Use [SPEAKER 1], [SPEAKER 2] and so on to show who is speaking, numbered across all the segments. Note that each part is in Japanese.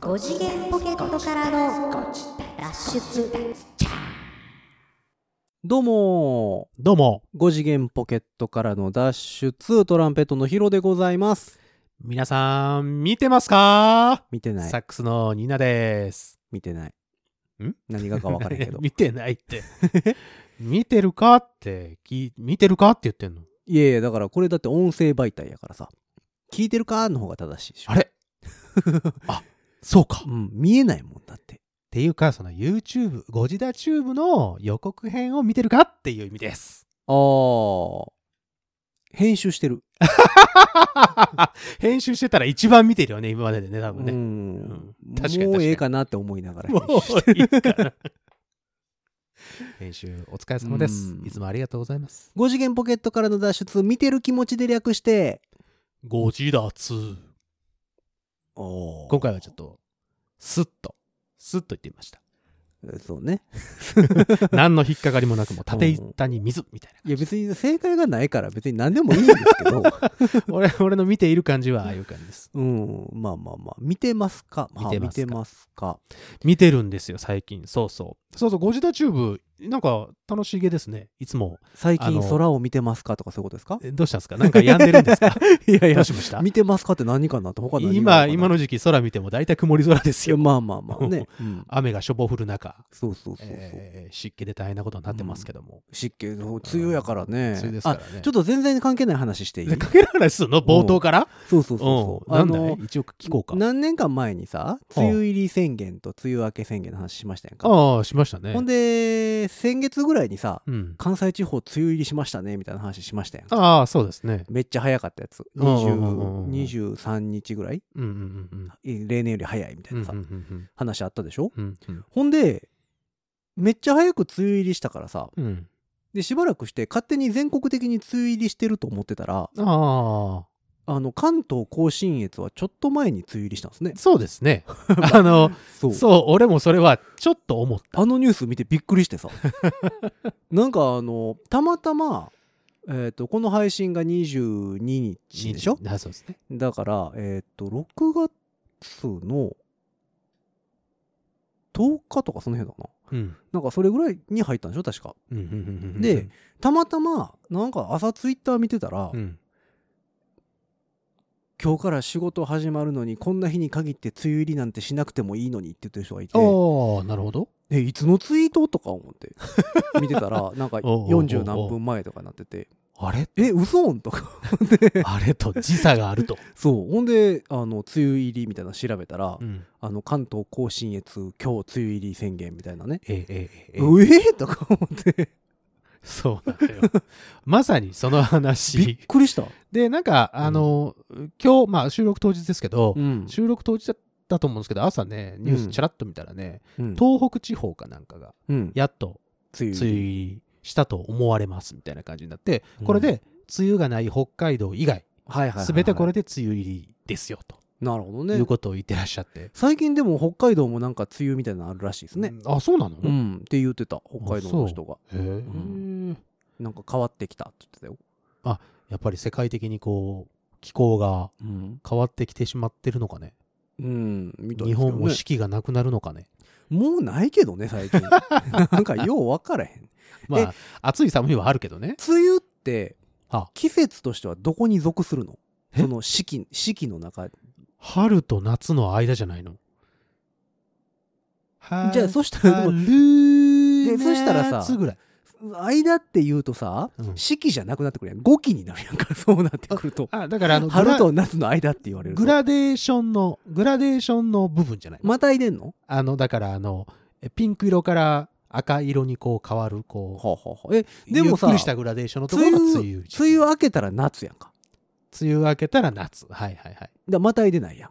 [SPEAKER 1] 5次元ポケットからの脱出
[SPEAKER 2] どうも
[SPEAKER 3] どうも、
[SPEAKER 2] ー5次元ポケットからの脱出トランペットのヒロでございます
[SPEAKER 3] 皆さん、見てますか、
[SPEAKER 2] 見てない
[SPEAKER 3] サックスのニーナです。
[SPEAKER 2] 見てない
[SPEAKER 3] ん
[SPEAKER 2] 何がか分からへんけ ど
[SPEAKER 3] 見てないって。見てるかってき、見てるかって言ってんの。
[SPEAKER 2] いやいやだからこれだって音声媒体やからさ聞いてるかの方が正しいでしょ
[SPEAKER 3] あれ あ、そうか。っ
[SPEAKER 2] うん見えないもんだって
[SPEAKER 3] ていうか、その YouTube、ゴジダチューブの予告編を見てるかっていう意味です。
[SPEAKER 2] あー編集してる、
[SPEAKER 3] 編集してたら一番見てるよね、今まででね、多分
[SPEAKER 2] う
[SPEAKER 3] ね。
[SPEAKER 2] ん
[SPEAKER 3] うん確かに確かに
[SPEAKER 2] もうええかなって思いながら
[SPEAKER 3] も
[SPEAKER 2] 編集して
[SPEAKER 3] ういいかな。 編集お疲れ様です
[SPEAKER 2] う。ん
[SPEAKER 3] いつもありがとうございます。
[SPEAKER 2] 5次元ポケットからの脱出見てる気持ちで略して
[SPEAKER 3] ゴジダ2。
[SPEAKER 2] お
[SPEAKER 3] 今回はちょっと、スッと、スッと言ってみました。
[SPEAKER 2] そうね
[SPEAKER 3] 何の引っかかりもなく、もう縦板に水みたい
[SPEAKER 2] いや別に正解がないから別に何でもいいんですけ ど、
[SPEAKER 3] な。俺、俺の見ている感じはああいう感じです。
[SPEAKER 2] うん、まあまあまあ、見てますかまあ
[SPEAKER 3] 見てます
[SPEAKER 2] か
[SPEAKER 3] 見てるんですよ、最近。そうそう。そうそう、ゴジダチューブ、なんか楽しげですね。いつも。
[SPEAKER 2] 最
[SPEAKER 3] あ
[SPEAKER 2] 近
[SPEAKER 3] の
[SPEAKER 2] 空を見てますかとかそういうことですか
[SPEAKER 3] えどうしたんですかなんか病んでるんです か
[SPEAKER 2] いやい
[SPEAKER 3] どうしました
[SPEAKER 2] 見てますかって何かなと他何があるか
[SPEAKER 3] 今、
[SPEAKER 2] な
[SPEAKER 3] 今の時期空見ても大体曇り空です
[SPEAKER 2] いや、
[SPEAKER 3] よ。
[SPEAKER 2] まあまあまあ ね。うん
[SPEAKER 3] 雨がしょぼ降る中、
[SPEAKER 2] そうそうそうそう。
[SPEAKER 3] えー湿気で大変なことになってますけども。
[SPEAKER 2] 湿気の梅雨やからね。
[SPEAKER 3] 梅雨ですからね
[SPEAKER 2] あちょっと全然関係ない話していい
[SPEAKER 3] でかけられするの冒頭から
[SPEAKER 2] そうそううんそうそう。
[SPEAKER 3] な
[SPEAKER 2] あ
[SPEAKER 3] んだい
[SPEAKER 2] の、
[SPEAKER 3] 一応聞こうか。
[SPEAKER 2] 何年間前にさ、梅雨入り宣言と梅雨明け宣言の話しましたやんか。
[SPEAKER 3] ああ、しましたね。
[SPEAKER 2] ほんで、先月ぐらいにさ、
[SPEAKER 3] うん。
[SPEAKER 2] 関西地方梅雨入りしましたねみたいな話しましたやんか
[SPEAKER 3] ああ、そうですね。
[SPEAKER 2] めっちゃ早かったやつ
[SPEAKER 3] うんうんうんうん
[SPEAKER 2] 20 23日ぐらい
[SPEAKER 3] うんうんうんうん。
[SPEAKER 2] 例年より早いみたいなさ、
[SPEAKER 3] うん
[SPEAKER 2] 話あったでしょ
[SPEAKER 3] うんうん
[SPEAKER 2] ほんでめっちゃ早く梅雨入りしたからさ
[SPEAKER 3] うんうん
[SPEAKER 2] でしばらくして勝手に全国的に梅雨入りしてると思ってたら
[SPEAKER 3] あ
[SPEAKER 2] あの関東甲信越はちょっと前に梅雨入りしたんですね
[SPEAKER 3] あそうです ねあの
[SPEAKER 2] そう
[SPEAKER 3] そう俺もそれはちょっと思った
[SPEAKER 2] あのニュース見てびっくり してさなんかあのたまたま、えー、とこの配信が22日でしょ
[SPEAKER 3] あそうですね
[SPEAKER 2] だから、えーっと、6月の10日とかその辺だな。
[SPEAKER 3] うん
[SPEAKER 2] なんかそれぐらいに入ったんでしょ確か。
[SPEAKER 3] うんうんうんうんうん
[SPEAKER 2] でたまたま、なんか朝ツイッター見てたら、
[SPEAKER 3] うん
[SPEAKER 2] 今日から仕事始まるのに、こんな日に限って梅雨入りなんてしなくてもいいのにって言ってる人がいて、
[SPEAKER 3] ああなるほど
[SPEAKER 2] え、いつのツイートとか思って、見てたら、 なんか
[SPEAKER 3] おうおうおう
[SPEAKER 2] 40何分前とかになってて、
[SPEAKER 3] あれ
[SPEAKER 2] え、嘘んとか。
[SPEAKER 3] あれと時差があると
[SPEAKER 2] そう。ほんで、あの、梅雨入りみたいなの調べたら、
[SPEAKER 3] うん
[SPEAKER 2] あの、関東甲信越、今日梅雨入り宣言みたいなね。
[SPEAKER 3] ええええええ
[SPEAKER 2] うえーとか思って
[SPEAKER 3] そうなんだよまさにその
[SPEAKER 2] びっ
[SPEAKER 3] 話
[SPEAKER 2] くりした、
[SPEAKER 3] でなんかあの今日まあ収録当日ですけど
[SPEAKER 2] ん
[SPEAKER 3] 収録当日だったと思うんですけど朝ねニュー
[SPEAKER 2] う
[SPEAKER 3] ス
[SPEAKER 2] ん
[SPEAKER 3] チラッと見たらね
[SPEAKER 2] うん
[SPEAKER 3] 東北地方かなんかが
[SPEAKER 2] うん
[SPEAKER 3] やっと
[SPEAKER 2] 梅
[SPEAKER 3] 梅
[SPEAKER 2] 雨
[SPEAKER 3] 雨入りしたと思われますみたいな感じになって、これで梅雨がない北海道以外、
[SPEAKER 2] はいはいはいはい
[SPEAKER 3] すべてこれで梅雨入りですよと
[SPEAKER 2] なるほど
[SPEAKER 3] い
[SPEAKER 2] ね
[SPEAKER 3] うことを言ってらっしゃって。
[SPEAKER 2] 最近でも北海道もなんか梅雨みたいなのあるらしいですね
[SPEAKER 3] うんあ、そうなの、
[SPEAKER 2] うん、って言ってた北海道の人が
[SPEAKER 3] へえ
[SPEAKER 2] んなんか変わってきたって言ってたよ、
[SPEAKER 3] やっぱり世界的にこう、気候が
[SPEAKER 2] うん
[SPEAKER 3] 変わってきてしまってるのかね。
[SPEAKER 2] うん、みたいですけ
[SPEAKER 3] 日
[SPEAKER 2] どね
[SPEAKER 3] 本も四季がなくなるのかね。
[SPEAKER 2] もうないけどね最 近なんかよう分からへん
[SPEAKER 3] まあ、暑い寒いはあるけどね。
[SPEAKER 2] 梅雨って
[SPEAKER 3] は
[SPEAKER 2] 季節としてはどこに属するのその四季四季の中
[SPEAKER 3] 春と夏の間じゃないの。
[SPEAKER 2] じゃあそしたらでも
[SPEAKER 3] 春
[SPEAKER 2] でそしたらさ
[SPEAKER 3] 夏ぐらい。
[SPEAKER 2] 間って言うとさ、
[SPEAKER 3] うん
[SPEAKER 2] 四季じゃなくなってくるやん5期になるやんかそうなってくると
[SPEAKER 3] あ、だからあの、
[SPEAKER 2] 春と夏の間って言われると
[SPEAKER 3] グラデーションの、グラデーションの部分じゃない、
[SPEAKER 2] また入れんの
[SPEAKER 3] あの、だからあの、えピンク色から赤色にこう変わる、
[SPEAKER 2] は
[SPEAKER 3] こ
[SPEAKER 2] あ、はあはあ、え
[SPEAKER 3] う、
[SPEAKER 2] でもさ
[SPEAKER 3] ゆっくりしたグラデーションのとこ
[SPEAKER 2] 梅
[SPEAKER 3] ろ
[SPEAKER 2] 雨
[SPEAKER 3] が梅雨
[SPEAKER 2] 梅雨明けたら夏やんかだか
[SPEAKER 3] 梅雨明けたら夏。はいはいはい。
[SPEAKER 2] らまた入れないやん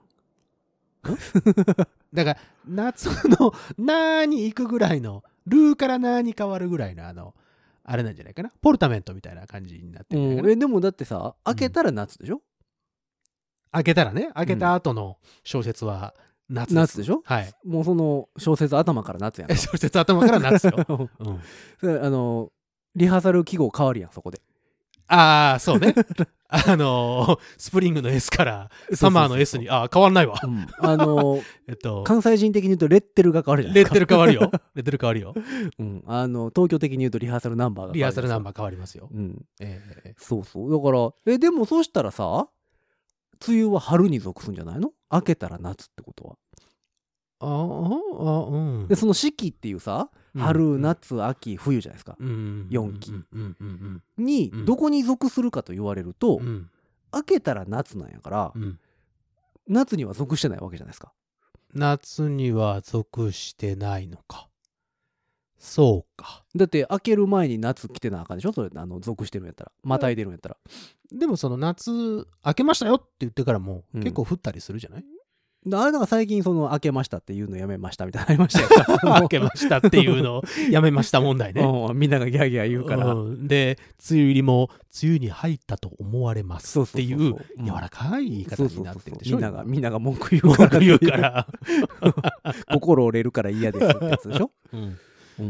[SPEAKER 3] だから、夏の、 なーに行くぐらいの、ルーからなーに変わるぐらいの、あの、あれなんじゃないかな。ポルタメントみたいな感じになってるんじゃないかな
[SPEAKER 2] えでもだってさ明けたら夏でしょ、
[SPEAKER 3] 開けたらね、開けた後の小説は夏です。
[SPEAKER 2] 夏でしょ
[SPEAKER 3] はい。
[SPEAKER 2] もうその小説頭から夏やん
[SPEAKER 3] え 小説頭から夏よ。
[SPEAKER 2] か
[SPEAKER 3] うん
[SPEAKER 2] あのリハーサル記号変わるやんそこで
[SPEAKER 3] ああ、そう ね。あのースプリングの S からサマーの S に、ああ、変わんないわ。
[SPEAKER 2] うんあの
[SPEAKER 3] えっと、
[SPEAKER 2] 関西人的に言うとレッテルが変わるじゃない
[SPEAKER 3] レ
[SPEAKER 2] です
[SPEAKER 3] ッ
[SPEAKER 2] か
[SPEAKER 3] テル変わるよ。レッテル変わるよ。
[SPEAKER 2] うん、あの東京的に言うとリハーサルナンバーが
[SPEAKER 3] リハーサルナンバ
[SPEAKER 2] ー、
[SPEAKER 3] ー変わ りますよ。
[SPEAKER 2] うん、
[SPEAKER 3] ええええ
[SPEAKER 2] そうそうだからえでもそうしたらさ梅雨は春に属すんじゃないの明けたら夏ってことは
[SPEAKER 3] ああ、あうん
[SPEAKER 2] で。その四季っていうさ
[SPEAKER 3] うん
[SPEAKER 2] 春、夏秋冬じゃないですか、
[SPEAKER 3] うん。
[SPEAKER 2] 四期
[SPEAKER 3] うんうんうん
[SPEAKER 2] に
[SPEAKER 3] うん
[SPEAKER 2] どこに属するかと言われると、
[SPEAKER 3] うん。うん
[SPEAKER 2] 明けたら夏なんやから、
[SPEAKER 3] うん
[SPEAKER 2] 夏には属してないわけじゃないですか
[SPEAKER 3] 夏には属してないのか。そうか。
[SPEAKER 2] だって明ける前に夏来てなあかんでしょそれあの属してるんやったらまたいでるんやったら、
[SPEAKER 3] でもその夏、明けましたよって言ってからも
[SPEAKER 2] うん
[SPEAKER 3] 結構降ったりするじゃない、
[SPEAKER 2] であれなんか最近その明けましたっていうのやめましたみたいなのありましたよ
[SPEAKER 3] 明けましたっていうのをやめました問題ね。
[SPEAKER 2] うんみんながギャーギャー言うから、
[SPEAKER 3] うんで梅雨入りも梅雨に入ったと思われます
[SPEAKER 2] そう
[SPEAKER 3] っ
[SPEAKER 2] そ
[SPEAKER 3] て
[SPEAKER 2] うそう
[SPEAKER 3] い
[SPEAKER 2] そう
[SPEAKER 3] う
[SPEAKER 2] うん
[SPEAKER 3] 柔らかい言い方になってるでし
[SPEAKER 2] そ
[SPEAKER 3] ょ
[SPEAKER 2] うそうそうみんながみん
[SPEAKER 3] な
[SPEAKER 2] なが文句言う
[SPEAKER 3] 文
[SPEAKER 2] から
[SPEAKER 3] 句言うから、
[SPEAKER 2] 心折れるから嫌ですってやつで しょ、うん、で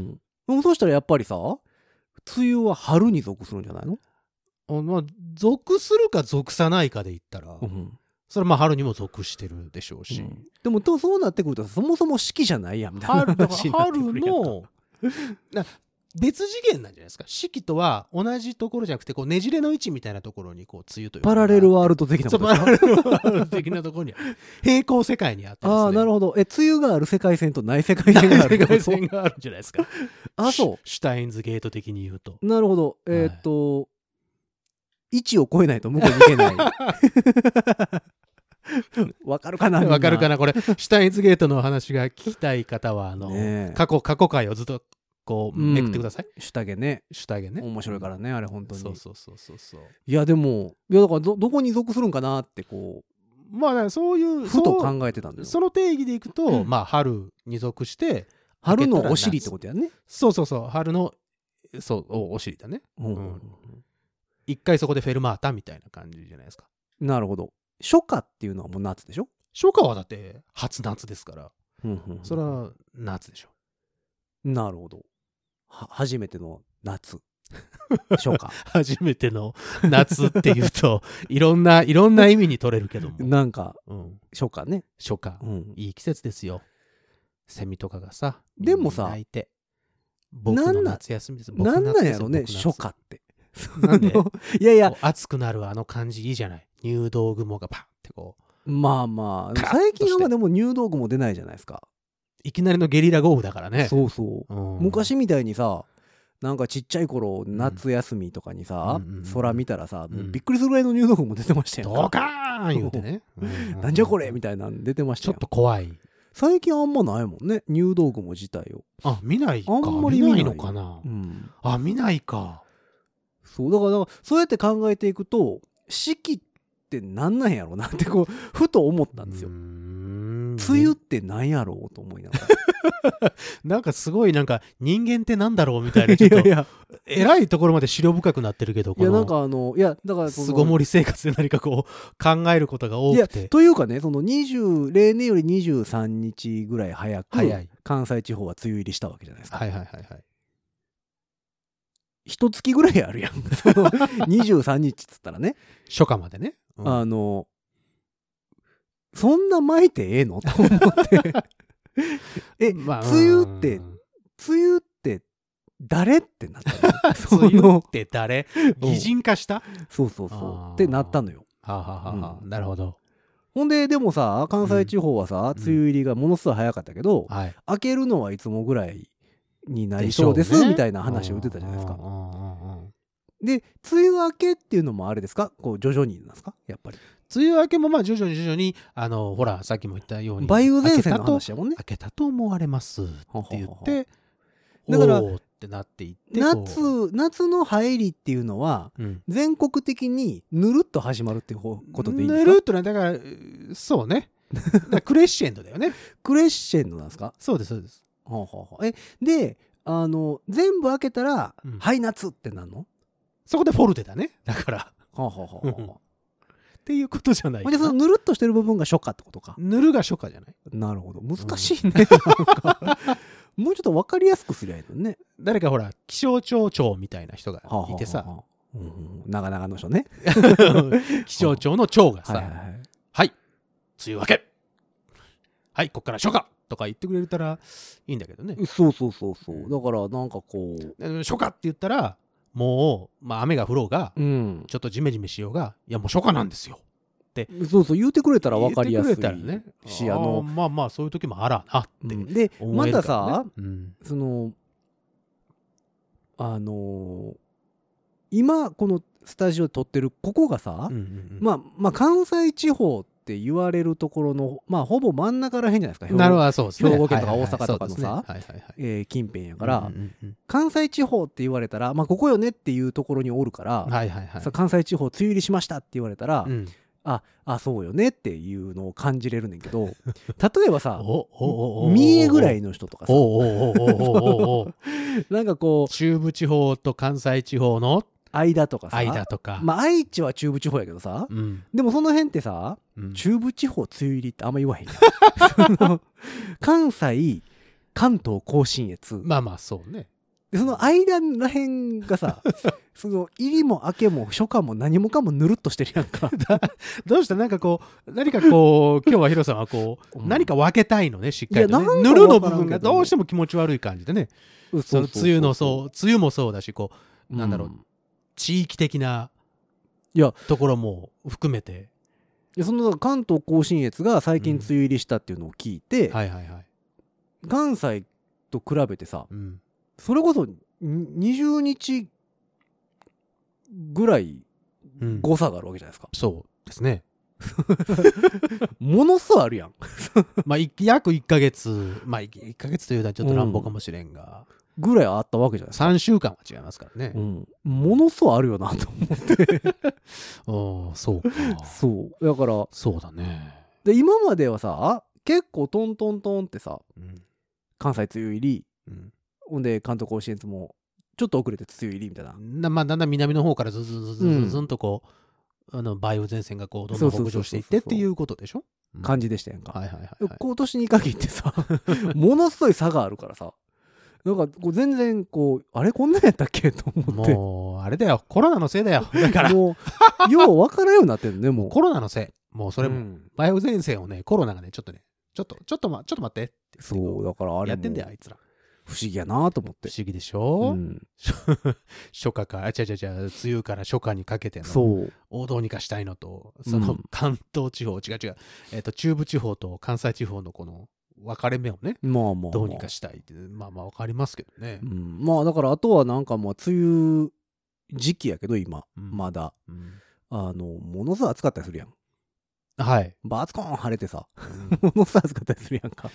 [SPEAKER 2] もそうしたらやっぱりさ梅雨は春に属するんじゃないの、
[SPEAKER 3] あまあ属するか属さないかで言ったら、
[SPEAKER 2] うん
[SPEAKER 3] それはまあ春にも属してるでしょうし、
[SPEAKER 2] でもとそうなってくるとそもそも四季じゃないやんみたいな
[SPEAKER 3] 春だか
[SPEAKER 2] 話に
[SPEAKER 3] ら
[SPEAKER 2] なってく
[SPEAKER 3] 春
[SPEAKER 2] るやん
[SPEAKER 3] のな別次元なんじゃないですか四季とは同じところじゃなくてこうねじれの位置みたいなところにこう梅雨とい う
[SPEAKER 2] パラレルワールド的な
[SPEAKER 3] そ
[SPEAKER 2] こ
[SPEAKER 3] う
[SPEAKER 2] と
[SPEAKER 3] パ
[SPEAKER 2] でしょ
[SPEAKER 3] ラレルワールド的なとこ ろにある平行世界にあってですね
[SPEAKER 2] ああなるほどえ梅雨がある世界線とない世界線があるってこと
[SPEAKER 3] 世界線があるんじゃないですか。
[SPEAKER 2] あそ
[SPEAKER 3] シュシュタインズゲート的に言うと。
[SPEAKER 2] うなるほどえーっと、一1を超えないと向こうに行け ないわかるかなみんな
[SPEAKER 3] わかるか なこれ、シュタインズゲートのお話が聞きたい方は、あの、
[SPEAKER 2] ねえ
[SPEAKER 3] 過去、過去回をずっと、こう、
[SPEAKER 2] うん
[SPEAKER 3] めくってください。
[SPEAKER 2] シュタゲね
[SPEAKER 3] シュタインね。
[SPEAKER 2] 面白いからねあれ本当に
[SPEAKER 3] そうそうそうそうそう。
[SPEAKER 2] いやでもいやだからどどこに属するんかなってこ
[SPEAKER 3] まあ、だからそういう、
[SPEAKER 2] うふと
[SPEAKER 3] そう
[SPEAKER 2] 考えてたんだよ
[SPEAKER 3] その定義でいくと、まあ、春に属して、
[SPEAKER 2] 春のお尻ってことやね
[SPEAKER 3] そうそうそう、春の、そう、おお尻だね。
[SPEAKER 2] うん
[SPEAKER 3] 一回そこでフェルマータみたいな感じじゃないですか。
[SPEAKER 2] なるほど初夏っていうのはもう夏でしょ、
[SPEAKER 3] 初夏はだって、初夏ですから、それ
[SPEAKER 2] は
[SPEAKER 3] は夏でしょ。
[SPEAKER 2] なるほどは初めての 夏初夏
[SPEAKER 3] 初めての夏っていうと いろんないろんな意味に取れるけども、
[SPEAKER 2] なんか
[SPEAKER 3] うん、
[SPEAKER 2] 初夏ね、
[SPEAKER 3] 初夏
[SPEAKER 2] うん、
[SPEAKER 3] いい季節ですよセミとかがさ
[SPEAKER 2] でもさ
[SPEAKER 3] みんな鳴いて僕
[SPEAKER 2] な
[SPEAKER 3] の
[SPEAKER 2] んなん
[SPEAKER 3] 夏休みです僕の
[SPEAKER 2] なんなんやろね
[SPEAKER 3] 夏です
[SPEAKER 2] 初
[SPEAKER 3] よ
[SPEAKER 2] 夏って
[SPEAKER 3] なんで
[SPEAKER 2] その いやいや
[SPEAKER 3] こう暑くなるあの感じいいじゃない入道雲がパンってこう
[SPEAKER 2] まあまあ
[SPEAKER 3] カラッと
[SPEAKER 2] 最近は
[SPEAKER 3] して
[SPEAKER 2] まあでも入道雲出ないじゃないですか、
[SPEAKER 3] いきなりのゲリラ豪雨だからね
[SPEAKER 2] そうそう
[SPEAKER 3] う、ん、
[SPEAKER 2] 昔みたいにさなんかちっちゃい頃夏休みとかにさ、
[SPEAKER 3] うんうんうんうん
[SPEAKER 2] 空見たらさ、もううんびっくりするぐらいの入道雲出てましたよ、
[SPEAKER 3] ドカーン言うて ね、
[SPEAKER 2] なんじゃこれみ
[SPEAKER 3] たい
[SPEAKER 2] たいなの出てました
[SPEAKER 3] ちょ
[SPEAKER 2] よ
[SPEAKER 3] っと怖い
[SPEAKER 2] 最近あんまないもんね入道雲自体を、
[SPEAKER 3] あ見ないか
[SPEAKER 2] あんまり見ない
[SPEAKER 3] のかな、
[SPEAKER 2] うん、
[SPEAKER 3] あ見ないか
[SPEAKER 2] そうだからだからそうやって考えていくと四季ってなんなんやろうなってこう ふと思ったんですよ、
[SPEAKER 3] うーん
[SPEAKER 2] 梅雨ってなんやろうと思いながら
[SPEAKER 3] なんかすごいなんか人間ってなんだろう みたいなちょ っと
[SPEAKER 2] や
[SPEAKER 3] えらいところまで資料深くなってるけど
[SPEAKER 2] い
[SPEAKER 3] こ
[SPEAKER 2] やなん
[SPEAKER 3] の
[SPEAKER 2] かあのいやだからその
[SPEAKER 3] 巣ごもり生活で何かこう考えることが多
[SPEAKER 2] い
[SPEAKER 3] く
[SPEAKER 2] や
[SPEAKER 3] て
[SPEAKER 2] というかねその20例年より23日ぐらい早く
[SPEAKER 3] 早い
[SPEAKER 2] 関西地方は梅雨入りしたわけじゃないですか、
[SPEAKER 3] はいはいはいはい
[SPEAKER 2] 一月ぐらいあるやん その23日っつったらね、
[SPEAKER 3] 初夏までね、うん
[SPEAKER 2] あのそんな巻いてええのと 思ってえ、
[SPEAKER 3] まあ
[SPEAKER 2] 梅雨って
[SPEAKER 3] うん
[SPEAKER 2] 梅雨って誰ってなった のそ
[SPEAKER 3] 梅雨っ
[SPEAKER 2] の
[SPEAKER 3] て誰
[SPEAKER 2] うん
[SPEAKER 3] 擬人化した
[SPEAKER 2] そうそう
[SPEAKER 3] あ
[SPEAKER 2] そ
[SPEAKER 3] ー
[SPEAKER 2] うってなったのよ
[SPEAKER 3] はあはあはあはあ
[SPEAKER 2] うん
[SPEAKER 3] なるほど
[SPEAKER 2] ほんででもさ関西地方はさ、
[SPEAKER 3] うん
[SPEAKER 2] 梅雨入りがものすごい早かったけど、
[SPEAKER 3] はい
[SPEAKER 2] 開けるのはいつもぐらいになり
[SPEAKER 3] しょ
[SPEAKER 2] そうです
[SPEAKER 3] ね
[SPEAKER 2] みたいな話を打ってたじゃないですか
[SPEAKER 3] うんうんうんうん
[SPEAKER 2] で梅雨明けっていうのもあれですかこう徐々になんですかやっぱり
[SPEAKER 3] 梅雨明けもまあ徐々に徐々にあのほらさっきも言ったように
[SPEAKER 2] 梅雨前線の
[SPEAKER 3] 明けたと
[SPEAKER 2] 話やもんね
[SPEAKER 3] 開けたと思われますって言
[SPEAKER 2] ほ
[SPEAKER 3] っ
[SPEAKER 2] うほう
[SPEAKER 3] て
[SPEAKER 2] だから
[SPEAKER 3] おーってなっていってこ
[SPEAKER 2] 夏夏の入りっていうのは
[SPEAKER 3] ううん
[SPEAKER 2] 全国的にぬるっと始まるっていうこ
[SPEAKER 3] こと
[SPEAKER 2] で
[SPEAKER 3] とで
[SPEAKER 2] い
[SPEAKER 3] い
[SPEAKER 2] い
[SPEAKER 3] い
[SPEAKER 2] んです
[SPEAKER 3] ぬ
[SPEAKER 2] か
[SPEAKER 3] るっとねだからうーそうねだ からクレッシェンドだよね
[SPEAKER 2] クレッシェンドなんですか
[SPEAKER 3] そうですそうです
[SPEAKER 2] ほうほうほうえであの全部開けたら「
[SPEAKER 3] うん
[SPEAKER 2] はい夏」ってなんの
[SPEAKER 3] そこでフォルテだねだから
[SPEAKER 2] ほうほうほう
[SPEAKER 3] うん
[SPEAKER 2] ほ
[SPEAKER 3] っていうことじゃな
[SPEAKER 2] う
[SPEAKER 3] い
[SPEAKER 2] ほ
[SPEAKER 3] か
[SPEAKER 2] んでその
[SPEAKER 3] な
[SPEAKER 2] ぬるっとしてる部分が初夏ってことか
[SPEAKER 3] ぬるが初夏じゃない
[SPEAKER 2] なるほど難しいね、なんか もうちょっと分かりやすくすりゃいいのね
[SPEAKER 3] 誰かほら気象庁長みたいな人がいてさ
[SPEAKER 2] はあはあは
[SPEAKER 3] うんうん
[SPEAKER 2] 長々の人ね。
[SPEAKER 3] 気象庁の長がさ、
[SPEAKER 2] は
[SPEAKER 3] はいい
[SPEAKER 2] はいはい。
[SPEAKER 3] 梅雨明けはい、こっから初夏とか言ってくれたらいいんだけどね。
[SPEAKER 2] そうそうそうそう。だからなんかこう、
[SPEAKER 3] うん初夏って言ったら、もう、まあ、雨が降ろうが、
[SPEAKER 2] うん。
[SPEAKER 3] ちょっとジメジメしようが、いや、もう初夏なんですよ。
[SPEAKER 2] そうそう、言うてくれたら分かりやすい
[SPEAKER 3] 言ってくれたらね
[SPEAKER 2] し、
[SPEAKER 3] あ
[SPEAKER 2] あ
[SPEAKER 3] の、
[SPEAKER 2] の、
[SPEAKER 3] まあまあ、そういう時もあらなって
[SPEAKER 2] うんで、
[SPEAKER 3] 思
[SPEAKER 2] ま
[SPEAKER 3] える
[SPEAKER 2] だ
[SPEAKER 3] か
[SPEAKER 2] さ
[SPEAKER 3] らね、、うん
[SPEAKER 2] その、あのー今、このスタジオで撮ってる、ここがさ、
[SPEAKER 3] うんうんうん
[SPEAKER 2] まあ、まあ、関西地方って言われるところの、まあ、ほぼ真ん中らへんじゃないですか、
[SPEAKER 3] なるほど、そうですね。
[SPEAKER 2] 兵庫県とか
[SPEAKER 3] はいはいは
[SPEAKER 2] 大
[SPEAKER 3] い
[SPEAKER 2] 阪とかのさ
[SPEAKER 3] そうですねはいはいはい
[SPEAKER 2] えー近辺やから、
[SPEAKER 3] うんうんうん
[SPEAKER 2] 関西地方って言われたら、まあ、ここよねっていうところにおるから、
[SPEAKER 3] はいはいはい。
[SPEAKER 2] さ関西地方梅雨入りしましたって言われたら、
[SPEAKER 3] うん
[SPEAKER 2] ああそうよねっていうのを感じれるねんけ ど例えばさ
[SPEAKER 3] おおお
[SPEAKER 2] 三重ぐら
[SPEAKER 3] い
[SPEAKER 2] いの人とかさ
[SPEAKER 3] おおおおおお
[SPEAKER 2] なんかこう
[SPEAKER 3] 中部地方と関西地方の
[SPEAKER 2] 間とかさ
[SPEAKER 3] 間とか、
[SPEAKER 2] まあ愛知は中部地方やけどさ
[SPEAKER 3] うん
[SPEAKER 2] でもその辺ってさ
[SPEAKER 3] うん
[SPEAKER 2] 中部地方梅雨入りってあんま言わへんやん その関西関東甲信越
[SPEAKER 3] まあまあそうね
[SPEAKER 2] でその間らへんが さその入りも明けも初夏も何もかもぬるっとしてるやん か
[SPEAKER 3] どうしたなんかこう何か こう今日はヒロさんはこう、
[SPEAKER 2] うん
[SPEAKER 3] 何か分けたいのねしっかりと、
[SPEAKER 2] いやな
[SPEAKER 3] ね、
[SPEAKER 2] ん
[SPEAKER 3] ぬ
[SPEAKER 2] か
[SPEAKER 3] るの
[SPEAKER 2] わか
[SPEAKER 3] 部
[SPEAKER 2] らんけど
[SPEAKER 3] 分がどうしても気持ち悪い感じでねその梅雨のそう梅雨もそうだしこうなんだろう、地域的ない
[SPEAKER 2] や
[SPEAKER 3] ところも含めて
[SPEAKER 2] でその関東甲信越が最近梅雨入りしたっていうのを聞いて、
[SPEAKER 3] はいはいはい、
[SPEAKER 2] 関西と比べてさ
[SPEAKER 3] うん、
[SPEAKER 2] それこそに20日ぐらい
[SPEAKER 3] うん
[SPEAKER 2] 誤差があるわけじゃないですか、
[SPEAKER 3] そうですね
[SPEAKER 2] ものすごいあるやん
[SPEAKER 3] まあい約1ヶ月まあ1ヶ月というのはちょっと乱暴かもしれんが、
[SPEAKER 2] ぐらいあったわけじゃないですか、
[SPEAKER 3] 3週間は違いますからね、
[SPEAKER 2] うん、ものすごいあるよなと思
[SPEAKER 3] あ あそうか
[SPEAKER 2] うそうだから
[SPEAKER 3] そうだね、
[SPEAKER 2] で今まではさ結構トントントンってさ
[SPEAKER 3] うん
[SPEAKER 2] 関西梅雨入り
[SPEAKER 3] うん
[SPEAKER 2] ほんで関東甲信越もちょっと遅れて梅雨入りみたいな
[SPEAKER 3] なまあ、だんだん南の方からずずずずずずんとこう、あの梅雨前線がこうどんどん北上していってっていうことでしょ
[SPEAKER 2] 感じでしたやんか、
[SPEAKER 3] はいはいはい、はい、
[SPEAKER 2] 今年に限って さものすごい差があるからさなんかこう全然こうあれこんなんやったっけと思って
[SPEAKER 3] もうあれだよコロナのせいだよだか ら
[SPEAKER 2] もうよう分からんようになってるねもう
[SPEAKER 3] コロナのせいもうそれ
[SPEAKER 2] う
[SPEAKER 3] も
[SPEAKER 2] ん
[SPEAKER 3] 梅雨前線をねコロナがねちょっとねちょっとちょっとまちょっと待ってって
[SPEAKER 2] そうだからあれ
[SPEAKER 3] やっ
[SPEAKER 2] も
[SPEAKER 3] てんだよあ
[SPEAKER 2] 不
[SPEAKER 3] いつら
[SPEAKER 2] 思議やなと思って
[SPEAKER 3] 不、思議でし
[SPEAKER 2] う
[SPEAKER 3] ょ、
[SPEAKER 2] ん、
[SPEAKER 3] 初夏かあ違う違う違う梅雨から初夏にかけての
[SPEAKER 2] そう
[SPEAKER 3] をどうにかしたいのと、その
[SPEAKER 2] うん
[SPEAKER 3] 関東地方、違う違う、えっと中部地方と関西地方のこの分かれ目をね、
[SPEAKER 2] まあまあまあ
[SPEAKER 3] どうにかしたいって、まあまあ分かりますけどね
[SPEAKER 2] う。ん、まあだからあとはなんかまあ梅雨時期やけど今、
[SPEAKER 3] うん
[SPEAKER 2] まだ
[SPEAKER 3] うん
[SPEAKER 2] あのものすごい暑かったりするやん
[SPEAKER 3] はい。
[SPEAKER 2] バツコーン晴れてさ ものすごい暑かったりするやんか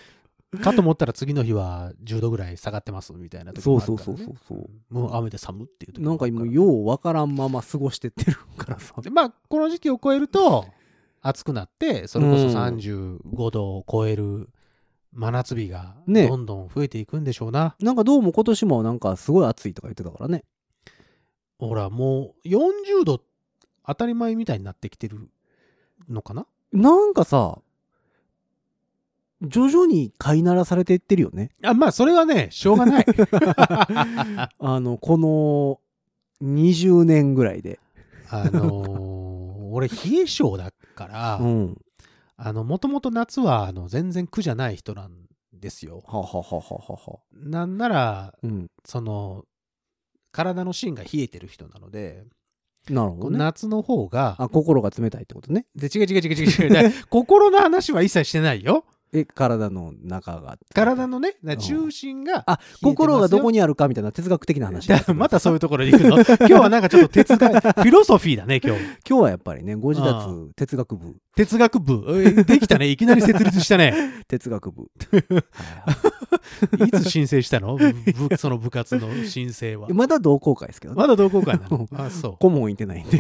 [SPEAKER 3] かと思ったら次の日は10度ぐらい下がってますみたいな時
[SPEAKER 2] そ
[SPEAKER 3] も
[SPEAKER 2] う
[SPEAKER 3] ある
[SPEAKER 2] そう
[SPEAKER 3] から、ね、
[SPEAKER 2] そうそうそう
[SPEAKER 3] もう雨で寒っていう時もあ
[SPEAKER 2] なん
[SPEAKER 3] るか
[SPEAKER 2] からもうようわからんまま過ごしてってるからさ。
[SPEAKER 3] でまあこの時期を超えると暑くなってそれこそ
[SPEAKER 2] うん
[SPEAKER 3] 35度を超える真夏日が
[SPEAKER 2] ね
[SPEAKER 3] どんどん増えていくんでしょうな、
[SPEAKER 2] なんかどうも今年もなんかすごい暑いとか言ってたからね。
[SPEAKER 3] ほら、もう40度当たり前みたいになってきてるのかな
[SPEAKER 2] なんかさ、徐々に飼いならされていってるよね。
[SPEAKER 3] あ、まあ、それはね、しょうが ない。あ
[SPEAKER 2] あの、この20年ぐらいで。
[SPEAKER 3] のー俺、冷え性だから、
[SPEAKER 2] うん。
[SPEAKER 3] あの、もともと夏は、あの、全然苦じゃない人なんですよ。
[SPEAKER 2] はははははは。
[SPEAKER 3] なんなら、
[SPEAKER 2] うん。
[SPEAKER 3] その、体の芯が冷えてる人なので、
[SPEAKER 2] なるほどね。
[SPEAKER 3] 夏の方が、
[SPEAKER 2] あ、心が冷たいってことね。
[SPEAKER 3] で、違う違う違う違う違うだから、 心の話は一切してないよ。
[SPEAKER 2] え、体の中が。
[SPEAKER 3] 体のね、だから中心が、
[SPEAKER 2] あ、心がどこにあるかみたいな哲学的な話。
[SPEAKER 3] だからまたそういうところに行くの今日はなんかちょっと哲学、フィロソフィーだね、今日。
[SPEAKER 2] 今日はやっぱりね、ご自
[SPEAKER 3] あ
[SPEAKER 2] 立哲学部、
[SPEAKER 3] 哲学部。 えできたね。いきなり設立したね。
[SPEAKER 2] 哲学部。はい
[SPEAKER 3] いつ申請し たのぶその部活の申請は
[SPEAKER 2] はい。まだ同好会ですけどね
[SPEAKER 3] まだ同好会なのあ、そう。
[SPEAKER 2] 顧問いてない んで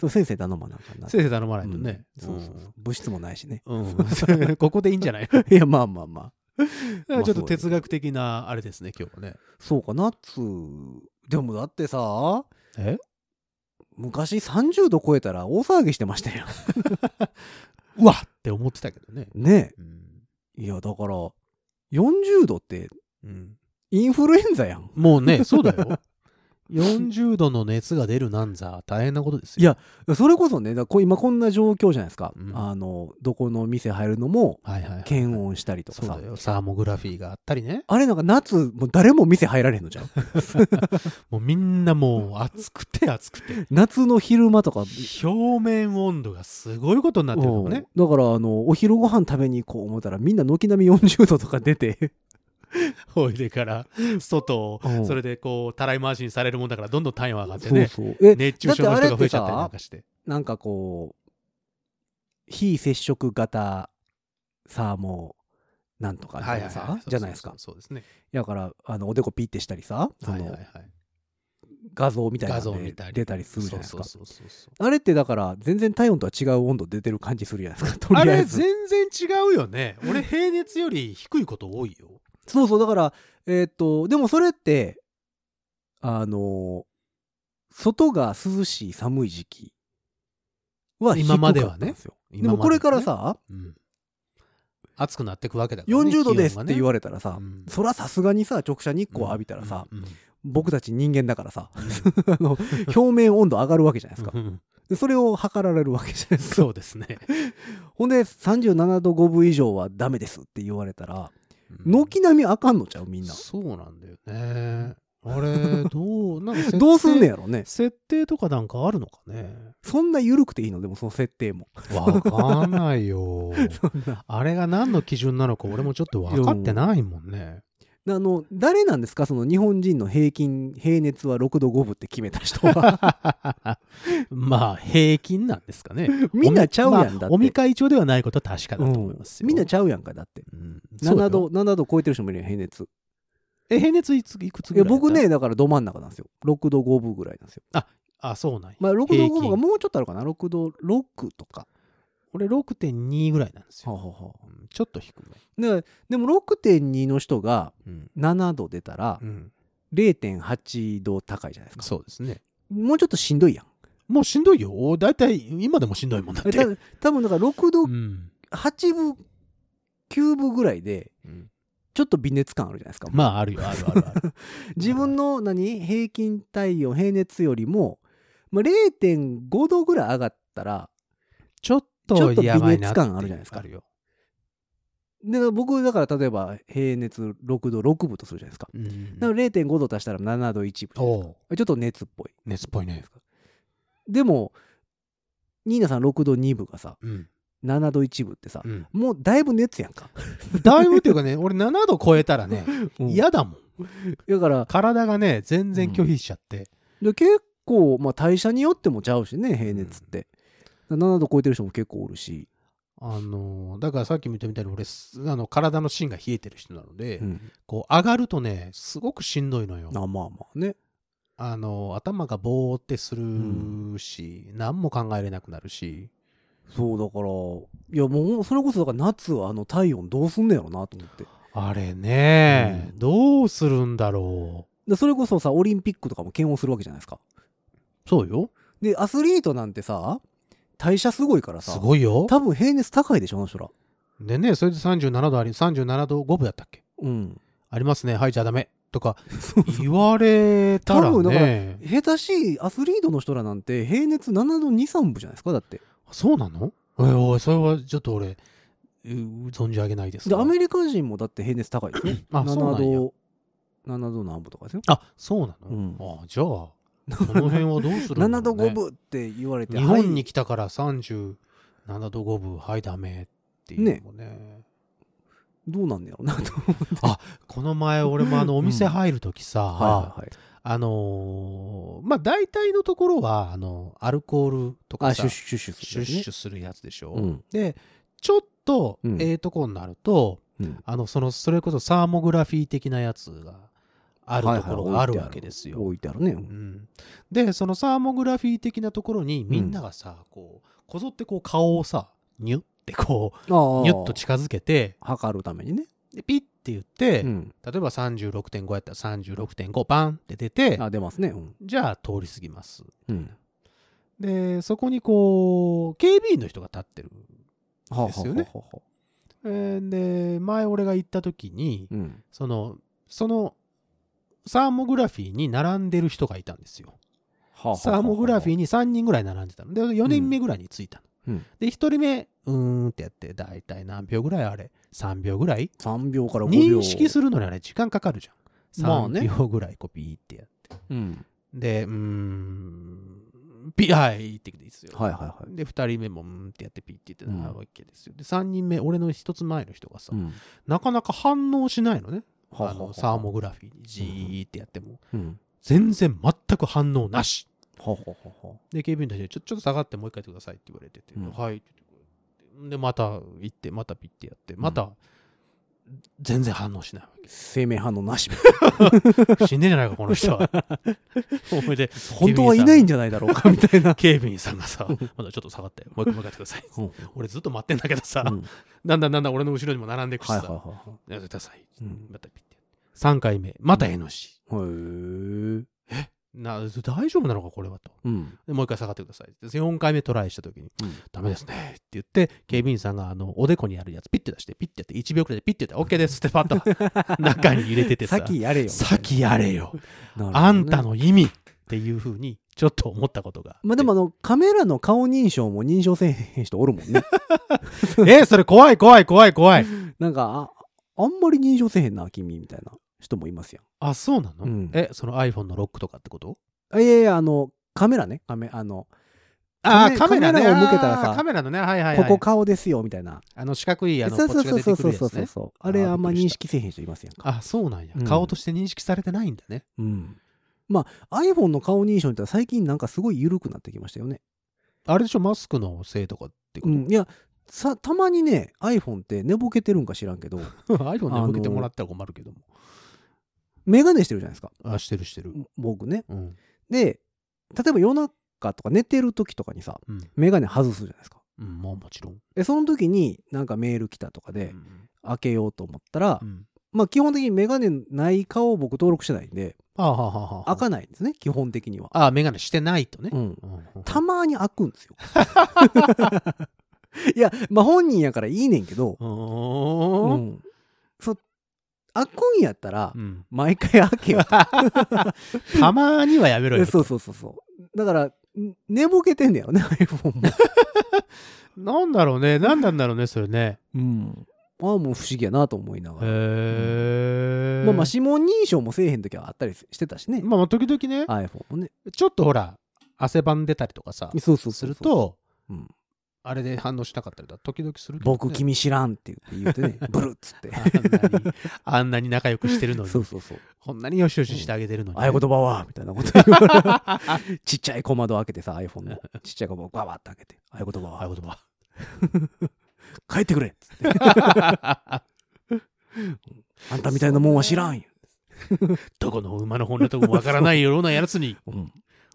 [SPEAKER 2] そう先生頼まなあかんな
[SPEAKER 3] 先生頼まないとね。
[SPEAKER 2] うんそうそうそう部室もないしね
[SPEAKER 3] うんここでいいんじゃ ないの
[SPEAKER 2] いやまあまあまあまあ
[SPEAKER 3] ちょっと哲学的な、あれですね、今日はね。
[SPEAKER 2] そうか夏でもだってさ
[SPEAKER 3] え
[SPEAKER 2] 昔30度超えたら大騒ぎしてましたよ
[SPEAKER 3] うわっって思ってたけどね。
[SPEAKER 2] ね
[SPEAKER 3] うん
[SPEAKER 2] えいやだから40度って
[SPEAKER 3] うん
[SPEAKER 2] インフルエンザやん
[SPEAKER 3] もうね、そうだよ。 40度の熱が出るなんざ大変なことですよ。
[SPEAKER 2] いやそれこそねだからこう今こんな状況じゃないですか、
[SPEAKER 3] うん
[SPEAKER 2] あのどこの店入るのも
[SPEAKER 3] はいはいはい、
[SPEAKER 2] 検温したりとか
[SPEAKER 3] そう
[SPEAKER 2] さ
[SPEAKER 3] だよサーモグラフィーがあったりね
[SPEAKER 2] あれなんか夏もう誰も店入られへんの じゃん
[SPEAKER 3] もうみんなもう暑く て暑くて
[SPEAKER 2] 夏の昼間とか
[SPEAKER 3] 表面温度がすごいことになってるのもね
[SPEAKER 2] うんだからあのお昼ご飯食べに行こう思ったらみんな軒並み40度とか出て
[SPEAKER 3] おいでから外を
[SPEAKER 2] うん
[SPEAKER 3] それでこうたらい回しにされるもんだからどんどん体温上がってね
[SPEAKER 2] そうそうえ
[SPEAKER 3] 熱中症の人が増えちゃった
[SPEAKER 2] だ
[SPEAKER 3] りな
[SPEAKER 2] っ
[SPEAKER 3] ん
[SPEAKER 2] て
[SPEAKER 3] かして
[SPEAKER 2] なんかこう非接触型サーモなんとかみたいなさ、じゃないですか
[SPEAKER 3] そうそうそうそうですね
[SPEAKER 2] だからあのおでこピッてしたりさそ
[SPEAKER 3] はい
[SPEAKER 2] の、
[SPEAKER 3] はいはい
[SPEAKER 2] 画像みたいな
[SPEAKER 3] 画像
[SPEAKER 2] の
[SPEAKER 3] 見
[SPEAKER 2] で
[SPEAKER 3] たり
[SPEAKER 2] 出たりするじゃないですか
[SPEAKER 3] そうそうそうそう
[SPEAKER 2] あれってだから全然体温とは違う温度出てる感じする じゃないですかと
[SPEAKER 3] あ
[SPEAKER 2] りあえ
[SPEAKER 3] れ
[SPEAKER 2] ず
[SPEAKER 3] 全然違うよね俺平熱より低いこと多いよ
[SPEAKER 2] そうそうだからえーっとでもそれってあの外が涼しい寒い時期は
[SPEAKER 3] 今までは
[SPEAKER 2] 低か
[SPEAKER 3] ね
[SPEAKER 2] ったんすよでもこれから、さ、
[SPEAKER 3] 今までねうん暑くなってくわけだから、ね、
[SPEAKER 2] 40度ですって言
[SPEAKER 3] わ
[SPEAKER 2] われたらさ、
[SPEAKER 3] うん
[SPEAKER 2] そらさすがにさ直射日光浴びたらさ、
[SPEAKER 3] うんうん
[SPEAKER 2] 僕たち人間だからさ
[SPEAKER 3] うん
[SPEAKER 2] あの表面温度上がるわけじゃないですか
[SPEAKER 3] うんうん
[SPEAKER 2] でそれを測られるわけじゃないです か
[SPEAKER 3] そうですね。
[SPEAKER 2] ほんで37度5分以上はダメですって言われたら
[SPEAKER 3] の
[SPEAKER 2] 軒並みあかんのちゃうみんな
[SPEAKER 3] そうなんだよね。あれ、どう、なんか設定
[SPEAKER 2] どうすんねやろね
[SPEAKER 3] 設定とかなんかあるのかね。
[SPEAKER 2] そんな緩くていいのでもその設定も
[SPEAKER 3] わかんないよ。
[SPEAKER 2] そんな
[SPEAKER 3] あれが何の基準なのか俺もちょっと分かってないもんね。
[SPEAKER 2] あの誰なんですかその日本人の平均平熱は6度5分って決めた人は
[SPEAKER 3] まあ、平均なんですかね。
[SPEAKER 2] みんなちゃうやんだって、
[SPEAKER 3] まあ尾身会長ではないことは確かだと思いま す
[SPEAKER 2] うん
[SPEAKER 3] よ。
[SPEAKER 2] みんなちゃうやんかだって
[SPEAKER 3] うん、そう
[SPEAKER 2] 7
[SPEAKER 3] よ
[SPEAKER 2] 度7度超えてる人もいるやん平熱
[SPEAKER 3] え、平熱いついくつ
[SPEAKER 2] い
[SPEAKER 3] ぐ
[SPEAKER 2] や
[SPEAKER 3] らいだった
[SPEAKER 2] 僕。ねだからど真ん中なんですよ6度5分ぐらいなんですよ
[SPEAKER 3] あ、そうなんや。
[SPEAKER 2] まあ6度5
[SPEAKER 3] 平
[SPEAKER 2] 分
[SPEAKER 3] 均
[SPEAKER 2] がもうちょっとあるかな6度6とか
[SPEAKER 3] 俺6.2ぐらいなんですよ。
[SPEAKER 2] ははは
[SPEAKER 3] うんちょっと低め。
[SPEAKER 2] ででも6.2の人が
[SPEAKER 3] うん。
[SPEAKER 2] 7度出たら
[SPEAKER 3] うん、
[SPEAKER 2] 0.8度高いじゃないですか
[SPEAKER 3] そうですね。
[SPEAKER 2] もうちょっとしんどいやん
[SPEAKER 3] もうしんどいよ。大体、今でもしんどいもんだって。
[SPEAKER 2] た多分だから6度
[SPEAKER 3] うん。
[SPEAKER 2] 8分9分ぐらいで
[SPEAKER 3] うん
[SPEAKER 2] ちょっと微熱感あるじゃないですか、
[SPEAKER 3] まあ、あるよ、あるある ある。
[SPEAKER 2] 自分の何平均体温平熱よりも、まあ、0.5度ぐらい上がったら
[SPEAKER 3] ちょっ
[SPEAKER 2] ちょっと
[SPEAKER 3] とやばいなって
[SPEAKER 2] 微
[SPEAKER 3] う。
[SPEAKER 2] 熱感あるじゃないですか
[SPEAKER 3] あるよ。
[SPEAKER 2] で僕だから例えば平熱6度6分とするじゃないですか
[SPEAKER 3] うん
[SPEAKER 2] だから0.5度足したら7度1分
[SPEAKER 3] おう
[SPEAKER 2] ちょっと熱っぽい
[SPEAKER 3] 熱っぽいね。
[SPEAKER 2] でもニーナさん6度2分がさ
[SPEAKER 3] うん。
[SPEAKER 2] 7度1分ってさ
[SPEAKER 3] う、 ん。
[SPEAKER 2] もうだいぶ熱やん か、
[SPEAKER 3] だいぶっていうかね、俺7度超えたらね、
[SPEAKER 2] や
[SPEAKER 3] 嫌だもん。
[SPEAKER 2] だから
[SPEAKER 3] 体がね、全然拒否しちゃって。
[SPEAKER 2] で結構、まあ、代謝によってもちゃうしね平熱って、7度超えてる人も結構おるし、
[SPEAKER 3] あのーだからさっき見たみたいに俺すあの体の芯が冷えてる人なので、
[SPEAKER 2] うん
[SPEAKER 3] こう上がるとねすごくしんどいのよ
[SPEAKER 2] あまあまあね
[SPEAKER 3] あのー頭がぼーってするし、何も考えれなくなるし
[SPEAKER 2] そうだからいやもうそれこそだから夏はあの体温どうすんねやろなと思って
[SPEAKER 3] あれね、
[SPEAKER 2] うん
[SPEAKER 3] どうするんだろ
[SPEAKER 2] でそれこそさオリンピックとかも検温するわけじゃないですか
[SPEAKER 3] うそうよ
[SPEAKER 2] でアスリートなんてさ代謝すごいからさ
[SPEAKER 3] すごいよ
[SPEAKER 2] 多分平熱高いでしょあの人ら
[SPEAKER 3] でねそれで37度あり37度5分だったっけ
[SPEAKER 2] うん
[SPEAKER 3] ありますねはいじゃあダメ とか言われたら
[SPEAKER 2] 多分だから
[SPEAKER 3] ね
[SPEAKER 2] 下手しいアスリートの人らなんて平熱7度23分じゃないですかだって
[SPEAKER 3] そうなのえおいそれはちょっと俺う存じ上げないです
[SPEAKER 2] で
[SPEAKER 3] が
[SPEAKER 2] アメリカ人もだって平熱高いですね
[SPEAKER 3] あそう
[SPEAKER 2] 7
[SPEAKER 3] なんや
[SPEAKER 2] 度7度何分とかですよ
[SPEAKER 3] あそうなの、
[SPEAKER 2] うん
[SPEAKER 3] あ じゃあこの辺はどうするんだろう、ね、
[SPEAKER 2] 7度5分って言われて
[SPEAKER 3] 日本に来たから37度5分はいダメっていうのもね
[SPEAKER 2] どうなんねやろ なと思って
[SPEAKER 3] この前俺もあのお店入る時さ、
[SPEAKER 2] はいはい
[SPEAKER 3] あのーまあ大体のところはあのアルコールと
[SPEAKER 2] あ
[SPEAKER 3] か
[SPEAKER 2] シ
[SPEAKER 3] さ
[SPEAKER 2] ュッシュッシュッ
[SPEAKER 3] シュッシュするやつでしょ、
[SPEAKER 2] うん
[SPEAKER 3] でちょっと
[SPEAKER 2] うん
[SPEAKER 3] ええとこになると、
[SPEAKER 2] うん
[SPEAKER 3] あのそのそれこそサーモグラフィー的なやつがあるところがあるわけですよ、
[SPEAKER 2] 置いてあるね
[SPEAKER 3] うん、でそのサーモグラフィー的なところにみんながさ、こうこぞってこう顔をさニュッてこ
[SPEAKER 2] ああ
[SPEAKER 3] うニュッと近づけて
[SPEAKER 2] 測るためにね
[SPEAKER 3] でピッて言って、
[SPEAKER 2] うん
[SPEAKER 3] 例えば36.5やったら36.5バンって出て
[SPEAKER 2] あ出ますねうん
[SPEAKER 3] じゃあ通り過ぎます
[SPEAKER 2] うん
[SPEAKER 3] でそこにこう警備員の人が立ってる、
[SPEAKER 2] はあはあ
[SPEAKER 3] ですよね
[SPEAKER 2] はあはあ
[SPEAKER 3] えーで前俺が行った時に
[SPEAKER 2] うん
[SPEAKER 3] そのそのサーモグラフィーに並んでる人がいたんですよ。サーモグラフィーに3人ぐらい並んでたの。で、4人目ぐらいに着いたの。
[SPEAKER 2] うん
[SPEAKER 3] で、1人目、うーんってやって、だいたい何秒ぐらいあれ ?3 秒ぐらい
[SPEAKER 2] 3秒から5秒
[SPEAKER 3] 認識するのにあれ時間かかるじゃん。
[SPEAKER 2] まあね
[SPEAKER 3] 3秒ぐらいこうピーってやって。
[SPEAKER 2] うん
[SPEAKER 3] で、うーん、ピー、はいって言っていいですよ。
[SPEAKER 2] はいはいはい
[SPEAKER 3] で、2人目も、うーんってやってピーって言って
[SPEAKER 2] うん
[SPEAKER 3] なるわけですよ。で、3人目、俺の一つ前の人がさ、
[SPEAKER 2] うん
[SPEAKER 3] なかなか反応しないのね。
[SPEAKER 2] は
[SPEAKER 3] あ
[SPEAKER 2] は
[SPEAKER 3] の
[SPEAKER 2] は
[SPEAKER 3] サーモグラフィーにじーってやっても、
[SPEAKER 2] うん
[SPEAKER 3] 全然全く反応なし。
[SPEAKER 2] ははは は
[SPEAKER 3] で、警備員たちに、ちょちょっと下がってもう一回やってくださいって言われてて、
[SPEAKER 2] うん
[SPEAKER 3] はいって言って。で、また行って、またピッてやって、また、全然反応しないわ
[SPEAKER 2] 生命反応 なし
[SPEAKER 3] け。死んでんじゃないか、この人は。 思いで、
[SPEAKER 2] 本当はいないんじゃないだろう かみたいな
[SPEAKER 3] 警備員さんがさ、まだちょっと下がったよ。もう一回向かってください。
[SPEAKER 2] うんうん
[SPEAKER 3] 俺ずっと待ってんだけどさ、
[SPEAKER 2] はい
[SPEAKER 3] だんだんだんだん俺の後ろにも並んでいくし
[SPEAKER 2] はい
[SPEAKER 3] さ、
[SPEAKER 2] は
[SPEAKER 3] やってください。
[SPEAKER 2] うん
[SPEAKER 3] またピッて。3回目、また N の字。
[SPEAKER 2] いはいへえ
[SPEAKER 3] な大丈夫なのか、これはと。
[SPEAKER 2] うん
[SPEAKER 3] でもう一回下がってください。で4回目トライした時に、
[SPEAKER 2] うん
[SPEAKER 3] ダメですねって言って、警備員さんがあのおでこにあるやつ、ピッて出して、ピッてやって、1秒くらいでピッてやって、OK ですってパッと 中に入れててさ、
[SPEAKER 2] 先やれよ
[SPEAKER 3] 先やれよ、
[SPEAKER 2] なるほどね
[SPEAKER 3] あんたの意味っていうふうに、ちょっと思ったことが。
[SPEAKER 2] まあでもあのカメラの顔認証も認証せえへん人おるも んね
[SPEAKER 3] えそれ怖い怖い怖い 怖い。
[SPEAKER 2] なんかああんまり認証せえへんな君みたいな人もいますやん
[SPEAKER 3] あ、そうなの、
[SPEAKER 2] うん
[SPEAKER 3] え、その iPhone のロックとかってこと
[SPEAKER 2] あいやいやあのカメラねカメあの
[SPEAKER 3] あ
[SPEAKER 2] カ
[SPEAKER 3] あ、
[SPEAKER 2] メ
[SPEAKER 3] カメラね。
[SPEAKER 2] カメラを向けたらさ
[SPEAKER 3] あーカメラのね、はいはい、
[SPEAKER 2] こ
[SPEAKER 3] はい。
[SPEAKER 2] こ顔ですよみたいな
[SPEAKER 3] あの四角い、あの、
[SPEAKER 2] そう
[SPEAKER 3] ポ
[SPEAKER 2] そう
[SPEAKER 3] ッチが
[SPEAKER 2] そう
[SPEAKER 3] 出
[SPEAKER 2] そ
[SPEAKER 3] て
[SPEAKER 2] うそ
[SPEAKER 3] くる
[SPEAKER 2] う
[SPEAKER 3] やつ
[SPEAKER 2] そう
[SPEAKER 3] ね。
[SPEAKER 2] そうあれ
[SPEAKER 3] あー
[SPEAKER 2] あんま
[SPEAKER 3] びっくり
[SPEAKER 2] 認
[SPEAKER 3] した
[SPEAKER 2] 識せえへん人いますやんか
[SPEAKER 3] あ、そうなんや、
[SPEAKER 2] うん
[SPEAKER 3] 顔として認識されてないんだね。
[SPEAKER 2] うんまあ iPhone の顔認証って最近なんかすごい緩くなってきましたよね
[SPEAKER 3] あれでしょ、マスクのせいとかってこ
[SPEAKER 2] う
[SPEAKER 3] と、
[SPEAKER 2] んいやさたまにね iPhone って寝ぼけてるんか知らん けど
[SPEAKER 3] iPhone
[SPEAKER 2] あ
[SPEAKER 3] で
[SPEAKER 2] の
[SPEAKER 3] 向けてもらったら困るけども。
[SPEAKER 2] メガネしてるじゃないですか
[SPEAKER 3] あしてるしてる。
[SPEAKER 2] 僕ね
[SPEAKER 3] うん。
[SPEAKER 2] で例えば夜中とか寝てる時とかにさ
[SPEAKER 3] うん。
[SPEAKER 2] メガネ外すじゃないですか
[SPEAKER 3] うん、まあもちろん。
[SPEAKER 2] でその時になんかメール来たとかで
[SPEAKER 3] うん
[SPEAKER 2] 開けようと思ったら、
[SPEAKER 3] うん。
[SPEAKER 2] まあ基本的にメガネない顔を僕登録してないんで
[SPEAKER 3] ああ、はあはあはあ。
[SPEAKER 2] 開かないんですね基本的には、
[SPEAKER 3] ああ、メガネしてないとね
[SPEAKER 2] う。ん、
[SPEAKER 3] うんうんうん
[SPEAKER 2] たまに開くんですよ いやまあ本人やからいいねんけど、
[SPEAKER 3] う
[SPEAKER 2] う
[SPEAKER 3] ーん。
[SPEAKER 2] ん、そう開くんやったら
[SPEAKER 3] うん。
[SPEAKER 2] 毎回開けよ
[SPEAKER 3] たまにはやめろ
[SPEAKER 2] え
[SPEAKER 3] よ。
[SPEAKER 2] そうそうそうそうだからん寝ぼけてんねやろね iPhone も、
[SPEAKER 3] なんだろうね。なんなんだろうね、それね。
[SPEAKER 2] うん、ああもう不思議やなと思いながら、
[SPEAKER 3] へえ。
[SPEAKER 2] まあまあ指紋認証もせえへん時はあったりしてたしね、
[SPEAKER 3] まあまあ、時々ね、
[SPEAKER 2] iPhone もね
[SPEAKER 3] ちょっとほら、汗ばんでたりとかさ、
[SPEAKER 2] そうそうそうそう
[SPEAKER 3] すると
[SPEAKER 2] うん、
[SPEAKER 3] あれで反応しなかったりだ、時々するけどね。
[SPEAKER 2] 僕君知らんって言って言うてねブルっつ って
[SPEAKER 3] あんなに あんなに仲良くしてるのに
[SPEAKER 2] そ、うそうそう
[SPEAKER 3] こんなによしよししてあげてるのに。
[SPEAKER 2] 合言葉はみたいな こと言うからちっちゃい小窓開けてさ iPhone のちっちゃい小窓ババって開けて合言葉
[SPEAKER 3] 合
[SPEAKER 2] は
[SPEAKER 3] 言葉。
[SPEAKER 2] 帰ってくれっつってあんたみたいなもんは知らんよ、
[SPEAKER 3] どこの馬の本音とかもわからないようなやつに、
[SPEAKER 2] うん、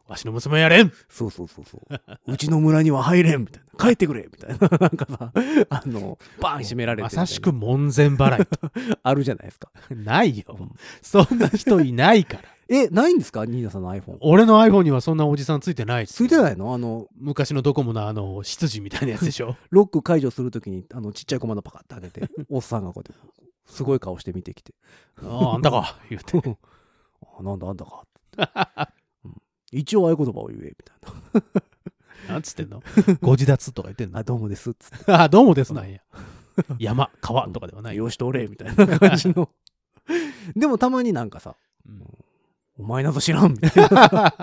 [SPEAKER 3] わしの娘はやれん
[SPEAKER 2] そうそうそうそううちの村には入れんみたい な帰ってくれみたいななんかさあのバーン閉められて
[SPEAKER 3] ま
[SPEAKER 2] みたいな
[SPEAKER 3] さしく門前払いと。
[SPEAKER 2] あるじゃないですか
[SPEAKER 3] ないよ。そんな人いないから。
[SPEAKER 2] えないんですかニーナさんの iPhone
[SPEAKER 3] 俺の iPhone にはそんなおじさんついてない。
[SPEAKER 2] ついてないのあの
[SPEAKER 3] 昔のドコモのあの、執事みたいなやつでし ょ。
[SPEAKER 2] ロック解除するときにあのちっちゃいコマンドパカッて開 けておっさんがこうやってすごい顔して見てきて
[SPEAKER 3] ああ、あんたか。言うて。
[SPEAKER 2] 「あなんだあんだか」うん一応合言葉を言え」みたいな
[SPEAKER 3] なんつってんの ご自立とか言ってん
[SPEAKER 2] 「
[SPEAKER 3] の
[SPEAKER 2] あどうもです」っつって
[SPEAKER 3] あ、どうもですなんや。山、川とかでは
[SPEAKER 2] 「
[SPEAKER 3] ない。うん
[SPEAKER 2] よしとおれ」みたいな感 じのでもたまになんかさ「お前など知らん」み たいな、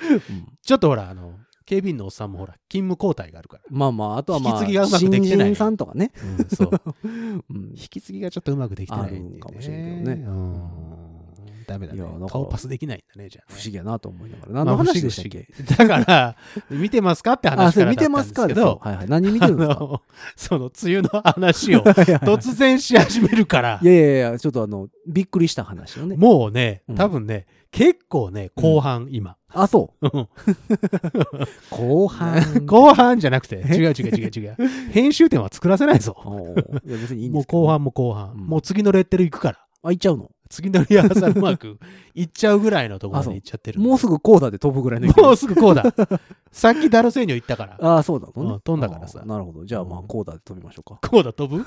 [SPEAKER 2] うん
[SPEAKER 3] ちょっとほら、あの、警備員のおっさんもほら、勤務交代があるから。
[SPEAKER 2] まあまああとはまあ
[SPEAKER 3] 引き継ぎがうまく
[SPEAKER 2] 新
[SPEAKER 3] できてない
[SPEAKER 2] 人さんとかね、
[SPEAKER 3] うん、そう。
[SPEAKER 2] うん
[SPEAKER 3] 引き継ぎがちょっとうまくできてないっていう、
[SPEAKER 2] あるんかもしれんけどね
[SPEAKER 3] うん。ダメだね
[SPEAKER 2] いやだから。
[SPEAKER 3] 顔パスできないんだね、じゃあ
[SPEAKER 2] 不
[SPEAKER 3] ね、
[SPEAKER 2] 思議やなと思いながら何
[SPEAKER 3] まあ
[SPEAKER 2] の話でしたっけ、
[SPEAKER 3] 不思議不思議だから、見てますかって
[SPEAKER 2] あ、
[SPEAKER 3] 話
[SPEAKER 2] それ
[SPEAKER 3] からだっ
[SPEAKER 2] 見
[SPEAKER 3] た
[SPEAKER 2] て
[SPEAKER 3] んで
[SPEAKER 2] ますす
[SPEAKER 3] け
[SPEAKER 2] かですよ
[SPEAKER 3] ど、
[SPEAKER 2] はいはい何見てるんです
[SPEAKER 3] あ
[SPEAKER 2] か
[SPEAKER 3] のその梅雨の話を
[SPEAKER 2] はいはいはい
[SPEAKER 3] 突然し始めるから
[SPEAKER 2] い、やいやいやちょっとあのびっくりした話をね
[SPEAKER 3] もうね
[SPEAKER 2] うん、
[SPEAKER 3] 多分ね、結構ね、後半、今。
[SPEAKER 2] あそう
[SPEAKER 3] うん
[SPEAKER 2] 後半
[SPEAKER 3] 後半じゃなくて、違う違う違う違う。編集点は作らせないぞ。
[SPEAKER 2] おーいや別にいいん
[SPEAKER 3] も
[SPEAKER 2] で
[SPEAKER 3] う
[SPEAKER 2] すけど
[SPEAKER 3] 後半も後半。
[SPEAKER 2] うん
[SPEAKER 3] もう次のレッテル行くから。
[SPEAKER 2] あ行っちゃうの
[SPEAKER 3] 次のリハーサルマーク行っちゃうぐらいのところに行っちゃってるんで。
[SPEAKER 2] もうすぐコーダで飛ぶぐらいの
[SPEAKER 3] もうすぐこうだ。さっきダルセーニョ行ったから。
[SPEAKER 2] ああ、そうだの
[SPEAKER 3] う
[SPEAKER 2] ね
[SPEAKER 3] ん。飛んだからさ
[SPEAKER 2] あーなるほど。じゃあ、まあ、
[SPEAKER 3] うん
[SPEAKER 2] コーダで飛びましょうか。
[SPEAKER 3] こうだ飛ぶ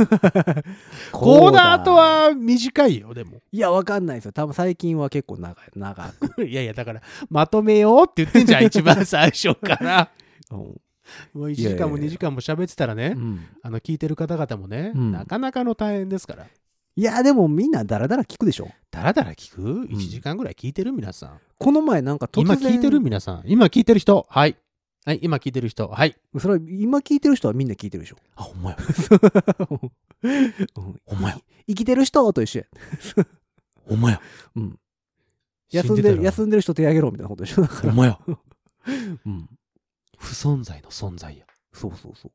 [SPEAKER 3] こうだとは短いよ、でも。
[SPEAKER 2] いや、わかんないですよ。多分最近は結構長い、長く。
[SPEAKER 3] いやいや、だから、まとめようって言ってんじゃん、一番最初から。
[SPEAKER 2] うん
[SPEAKER 3] もう1時間も2時間も喋ってたらね、
[SPEAKER 2] うん
[SPEAKER 3] あの、聞いてる方々もね、
[SPEAKER 2] うん
[SPEAKER 3] なかなかの大変ですから。
[SPEAKER 2] いや、でもみんなダラダラ聞くでしょ。
[SPEAKER 3] だらだら聞く ?1 時間ぐらい聞いてる皆さん。
[SPEAKER 2] この前なんか突
[SPEAKER 3] 今
[SPEAKER 2] 然。
[SPEAKER 3] 聞いてる皆さん。今聞いてる人。はい。はい、今聞いてる人。はい。
[SPEAKER 2] それは今聞いてる人はみんな聞いて るでしょ。
[SPEAKER 3] あ、お前、
[SPEAKER 2] うん
[SPEAKER 3] お前、
[SPEAKER 2] 生きてる人と一緒や。
[SPEAKER 3] お前、
[SPEAKER 2] うん。
[SPEAKER 3] 死
[SPEAKER 2] 休ん
[SPEAKER 3] でた
[SPEAKER 2] で
[SPEAKER 3] よ
[SPEAKER 2] る、休んでる人手あげろみたいなことでし ょ。だか
[SPEAKER 3] お
[SPEAKER 2] ら。
[SPEAKER 3] 前、
[SPEAKER 2] うん。
[SPEAKER 3] 不存在の存在や。
[SPEAKER 2] そうそうそう。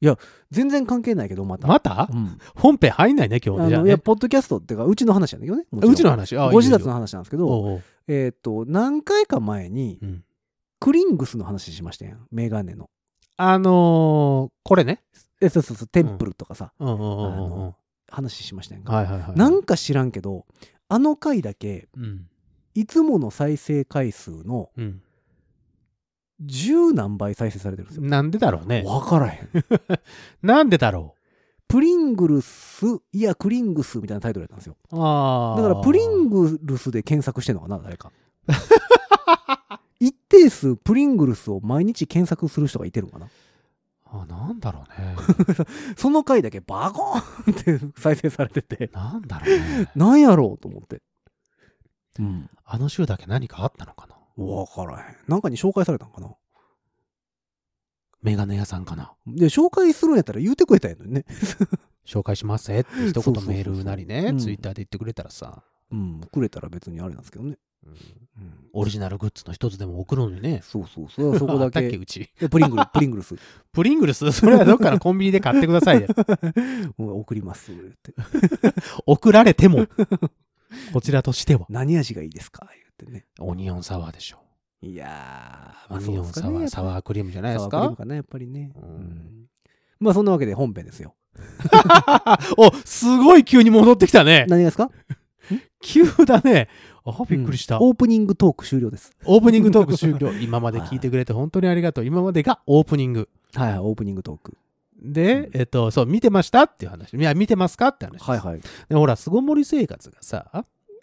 [SPEAKER 2] いや、全然関係ないけど、また。
[SPEAKER 3] また
[SPEAKER 2] うん。
[SPEAKER 3] 本編入んないね、今日
[SPEAKER 2] あ
[SPEAKER 3] ね。じゃあ
[SPEAKER 2] の、い
[SPEAKER 3] ね
[SPEAKER 2] や、ポッドキャストっていうか、うちの話なんだけどね。もちろん
[SPEAKER 3] うちの話。あ
[SPEAKER 2] ご自立
[SPEAKER 3] いい
[SPEAKER 2] の
[SPEAKER 3] よ
[SPEAKER 2] 話なんですけ
[SPEAKER 3] いいよ
[SPEAKER 2] ど、
[SPEAKER 3] おうおう
[SPEAKER 2] えーっと、何回か前に、
[SPEAKER 3] うん
[SPEAKER 2] クリングスの話しましたやん。メガネの。
[SPEAKER 3] あのー、これね。
[SPEAKER 2] え、そうそうそう、テンプルとかさ、
[SPEAKER 3] うんうんうんうんうん
[SPEAKER 2] 話しましたやんか。
[SPEAKER 3] はいはいはい。
[SPEAKER 2] なんか知らんけど、あの回だけ、
[SPEAKER 3] うん。
[SPEAKER 2] いつもの再生回数の
[SPEAKER 3] うん。
[SPEAKER 2] 十何倍再生されてるんですよ。
[SPEAKER 3] なんでだろうね。
[SPEAKER 2] わからへん。
[SPEAKER 3] なんでだろ
[SPEAKER 2] プリングルス、いや、クリングスみたいなタイトルやったんですよ。
[SPEAKER 3] う。あ
[SPEAKER 2] だ
[SPEAKER 3] あ。
[SPEAKER 2] から、プリングルスで検索してんのかな、 誰か。一定数プリングルスを毎日検索する人がいてるのかな
[SPEAKER 3] あ、なんだろうね。
[SPEAKER 2] その回だけバコーンって再生されてて
[SPEAKER 3] なんだろ うね。
[SPEAKER 2] なんやろうと思ってうん
[SPEAKER 3] あの週だけ何かあったのかな
[SPEAKER 2] 分からへんなんかに紹介されたんかな
[SPEAKER 3] メガネ屋さんかな
[SPEAKER 2] で紹介するんやったら言うてくれたんやのにね
[SPEAKER 3] 紹介しますって一
[SPEAKER 2] そうそうそう
[SPEAKER 3] 言メールなりね
[SPEAKER 2] う、ん
[SPEAKER 3] ツイッターで言ってくれたらさ、
[SPEAKER 2] うんくれたら別にあれなんですけどね、
[SPEAKER 3] うん
[SPEAKER 2] うん、
[SPEAKER 3] オリジナルグッズの一つでも送るのにね。
[SPEAKER 2] そうそうそうそこだ
[SPEAKER 3] あったっ
[SPEAKER 2] け
[SPEAKER 3] うち。
[SPEAKER 2] えプリングルプリングルス
[SPEAKER 3] プリングルスそれはどっかのコンビニで買ってくださいよ。
[SPEAKER 2] うん送りますって
[SPEAKER 3] 送られて も。こちらとしては。
[SPEAKER 2] 何味がいいですか言ってね
[SPEAKER 3] オニオンサワーでしょ。
[SPEAKER 2] いやー、ま
[SPEAKER 3] オ
[SPEAKER 2] あ、そう
[SPEAKER 3] ニ
[SPEAKER 2] で
[SPEAKER 3] オン
[SPEAKER 2] すか
[SPEAKER 3] サ
[SPEAKER 2] ね
[SPEAKER 3] ワ
[SPEAKER 2] や
[SPEAKER 3] ー、
[SPEAKER 2] っぱ
[SPEAKER 3] サワークリームじゃないで
[SPEAKER 2] サ
[SPEAKER 3] す
[SPEAKER 2] ワークリー
[SPEAKER 3] か
[SPEAKER 2] ムかなやっぱりね、
[SPEAKER 3] うん
[SPEAKER 2] うんまあそんなわけで本編ですよ
[SPEAKER 3] お、すごい急に戻ってきたね。
[SPEAKER 2] 何がですか
[SPEAKER 3] 急だね。あ、びっくりした。
[SPEAKER 2] うんオープニングトーク終了です
[SPEAKER 3] オープニングトーク終 了。今まで聞いてくれて本当にありがとう。今までがオープニング。
[SPEAKER 2] はいはい、オープニングトーク。
[SPEAKER 3] で
[SPEAKER 2] うん、
[SPEAKER 3] えっと、そう、見てましたっていう話。いや、見てますかって話。
[SPEAKER 2] はいはい。
[SPEAKER 3] でほら、巣ごもり生活がさ、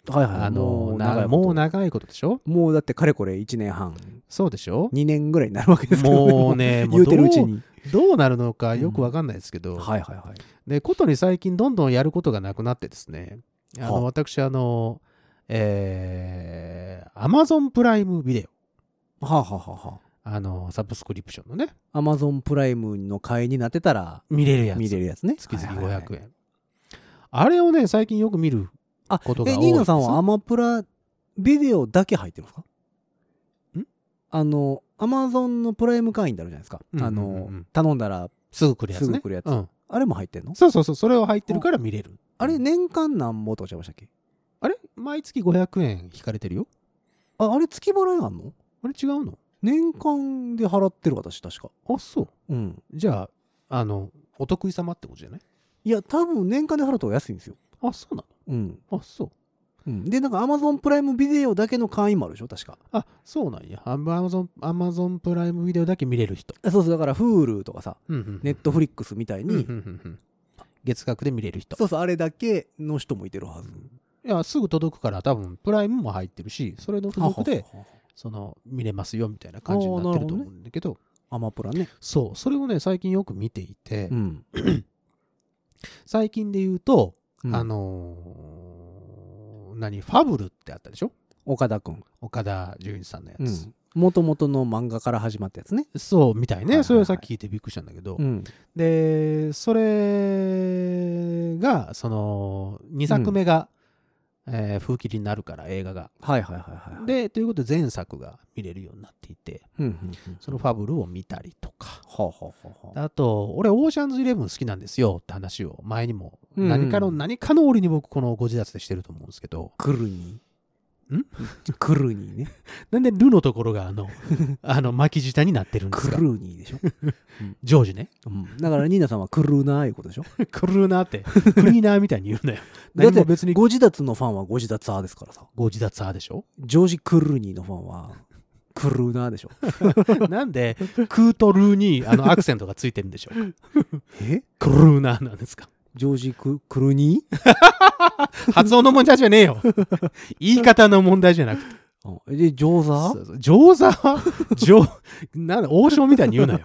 [SPEAKER 2] はいはい。
[SPEAKER 3] あの、
[SPEAKER 2] 長
[SPEAKER 3] ない
[SPEAKER 2] こと
[SPEAKER 3] もう長いことでしょ
[SPEAKER 2] もうだってかれこれ1年半、
[SPEAKER 3] そうでしょ
[SPEAKER 2] 2年ぐらいになるわけですけど
[SPEAKER 3] もう ね、も
[SPEAKER 2] 言
[SPEAKER 3] う
[SPEAKER 2] うてるうち
[SPEAKER 3] どう
[SPEAKER 2] に。
[SPEAKER 3] どうなるのかよくわかんないですけど、
[SPEAKER 2] はいはいはい。
[SPEAKER 3] で、ことに最近どんどんやることがなくなってですね、あ
[SPEAKER 2] は
[SPEAKER 3] の、私、あの、えー、Amazon プライムビデ
[SPEAKER 2] はあ、はあはあは
[SPEAKER 3] オ、あの、サブスクリプションのね、
[SPEAKER 2] あ、アマゾンプライムの会員になってたら
[SPEAKER 3] 見れるやつ。
[SPEAKER 2] 見れるやつね。
[SPEAKER 3] 月々500円、
[SPEAKER 2] はいはいはい。
[SPEAKER 3] あれをね、最近よく見る
[SPEAKER 2] あ
[SPEAKER 3] ことが多い
[SPEAKER 2] え、
[SPEAKER 3] です
[SPEAKER 2] ニーノさんはアマプラビデオだけ入ってるんですか
[SPEAKER 3] ん
[SPEAKER 2] あの、アマゾンのプライム会員ってあるじゃないですか。
[SPEAKER 3] うんうん
[SPEAKER 2] あ
[SPEAKER 3] うんうん
[SPEAKER 2] の、頼んだら、
[SPEAKER 3] すぐ来るやつね。
[SPEAKER 2] すぐ来るやつ
[SPEAKER 3] うん。
[SPEAKER 2] あれも入ってんの
[SPEAKER 3] そうそうそう、それを入ってるから見れる。
[SPEAKER 2] あれ、年間何本とおっしゃいましたっけ
[SPEAKER 3] あれ毎月500円引かれてるよ。
[SPEAKER 2] あ、あれ月払いあんの
[SPEAKER 3] あれ違うの
[SPEAKER 2] 年間で払ってる私確か。
[SPEAKER 3] あ、そ
[SPEAKER 2] う
[SPEAKER 3] う。
[SPEAKER 2] ん。
[SPEAKER 3] じゃあ、あの、お得意様ってことじゃない
[SPEAKER 2] いや、多分年間で払うと安いんですよ。
[SPEAKER 3] あ、そうな
[SPEAKER 2] うん。
[SPEAKER 3] のあ、そう。
[SPEAKER 2] うん、で、なんか Amazon プライムビデオだけの会員もあるでしょ、確か。
[SPEAKER 3] あ、そうなんや。アマゾン、アマゾンプライムビデオだけ見れる人。
[SPEAKER 2] そうそう、だから Hulu とかさ、
[SPEAKER 3] うんうん。
[SPEAKER 2] Netflix みたいに、
[SPEAKER 3] うんうんうんうん月額で見れる人。
[SPEAKER 2] そうそう、あれだけの人もいてるはず。
[SPEAKER 3] いや、すぐ届くから多分、プライムも入ってるし、それの付属
[SPEAKER 2] は
[SPEAKER 3] で、
[SPEAKER 2] はは
[SPEAKER 3] その、見れますよみたいな感じになってると思うんだけど、
[SPEAKER 2] アマプラね。
[SPEAKER 3] そう、それをね、最近よく見ていて、
[SPEAKER 2] うん。
[SPEAKER 3] 最近で言うと、
[SPEAKER 2] うん
[SPEAKER 3] あのー何、ファブルってあったでしょ
[SPEAKER 2] 岡田君。
[SPEAKER 3] 岡田准一さんのや
[SPEAKER 2] う
[SPEAKER 3] つ
[SPEAKER 2] ん。。もともとの漫画から始まったやつね。
[SPEAKER 3] そう、みたい
[SPEAKER 2] はいはいは
[SPEAKER 3] ね。
[SPEAKER 2] い
[SPEAKER 3] それをさっき聞いてびっくりしたんだけど
[SPEAKER 2] う。ん。
[SPEAKER 3] で、それが、その、2作目が、えー風切りになるから、映画が。
[SPEAKER 2] はいはいはいはい。、
[SPEAKER 3] で、ということで前作が見れるようになっていて、
[SPEAKER 2] うんうんうん。
[SPEAKER 3] そのファブルを見たりとか。
[SPEAKER 2] はあ、はあはあはあ、
[SPEAKER 3] あと、俺、オーシャンズイレブン好きなんですよって話を前にも、
[SPEAKER 2] うん
[SPEAKER 3] 何かの、何かの折に僕、このご自立でしてると思うんですけど、
[SPEAKER 2] 来るに。クルーニーね。
[SPEAKER 3] なんでルのところがあの、あの巻き舌になってるん で
[SPEAKER 2] ク
[SPEAKER 3] すか
[SPEAKER 2] ルーニーでしょ。
[SPEAKER 3] ジョー ジね。
[SPEAKER 2] うん、だからニーナさんはクルーナーいうことでしょ。
[SPEAKER 3] クルーナーって、クリーナーみたいに言うなよ。
[SPEAKER 2] だっ
[SPEAKER 3] 何
[SPEAKER 2] て
[SPEAKER 3] も別に
[SPEAKER 2] ご自立のファンはご自立派ですからさ。
[SPEAKER 3] ご自立派でしょ
[SPEAKER 2] ジョージ・クルーニーのファンはクルーナーでしょ。
[SPEAKER 3] なんで、クーとルーにあのアクセントがついてるんでしょ うか
[SPEAKER 2] え
[SPEAKER 3] クルーナーなんですか
[SPEAKER 2] ジョージク・クルーニー
[SPEAKER 3] 発音の問題じゃねえよ。 言い方の問題じゃなくて。
[SPEAKER 2] うんで、ジョーザー
[SPEAKER 3] そうそう上座上、なんだ、王将みたいに言うなよ。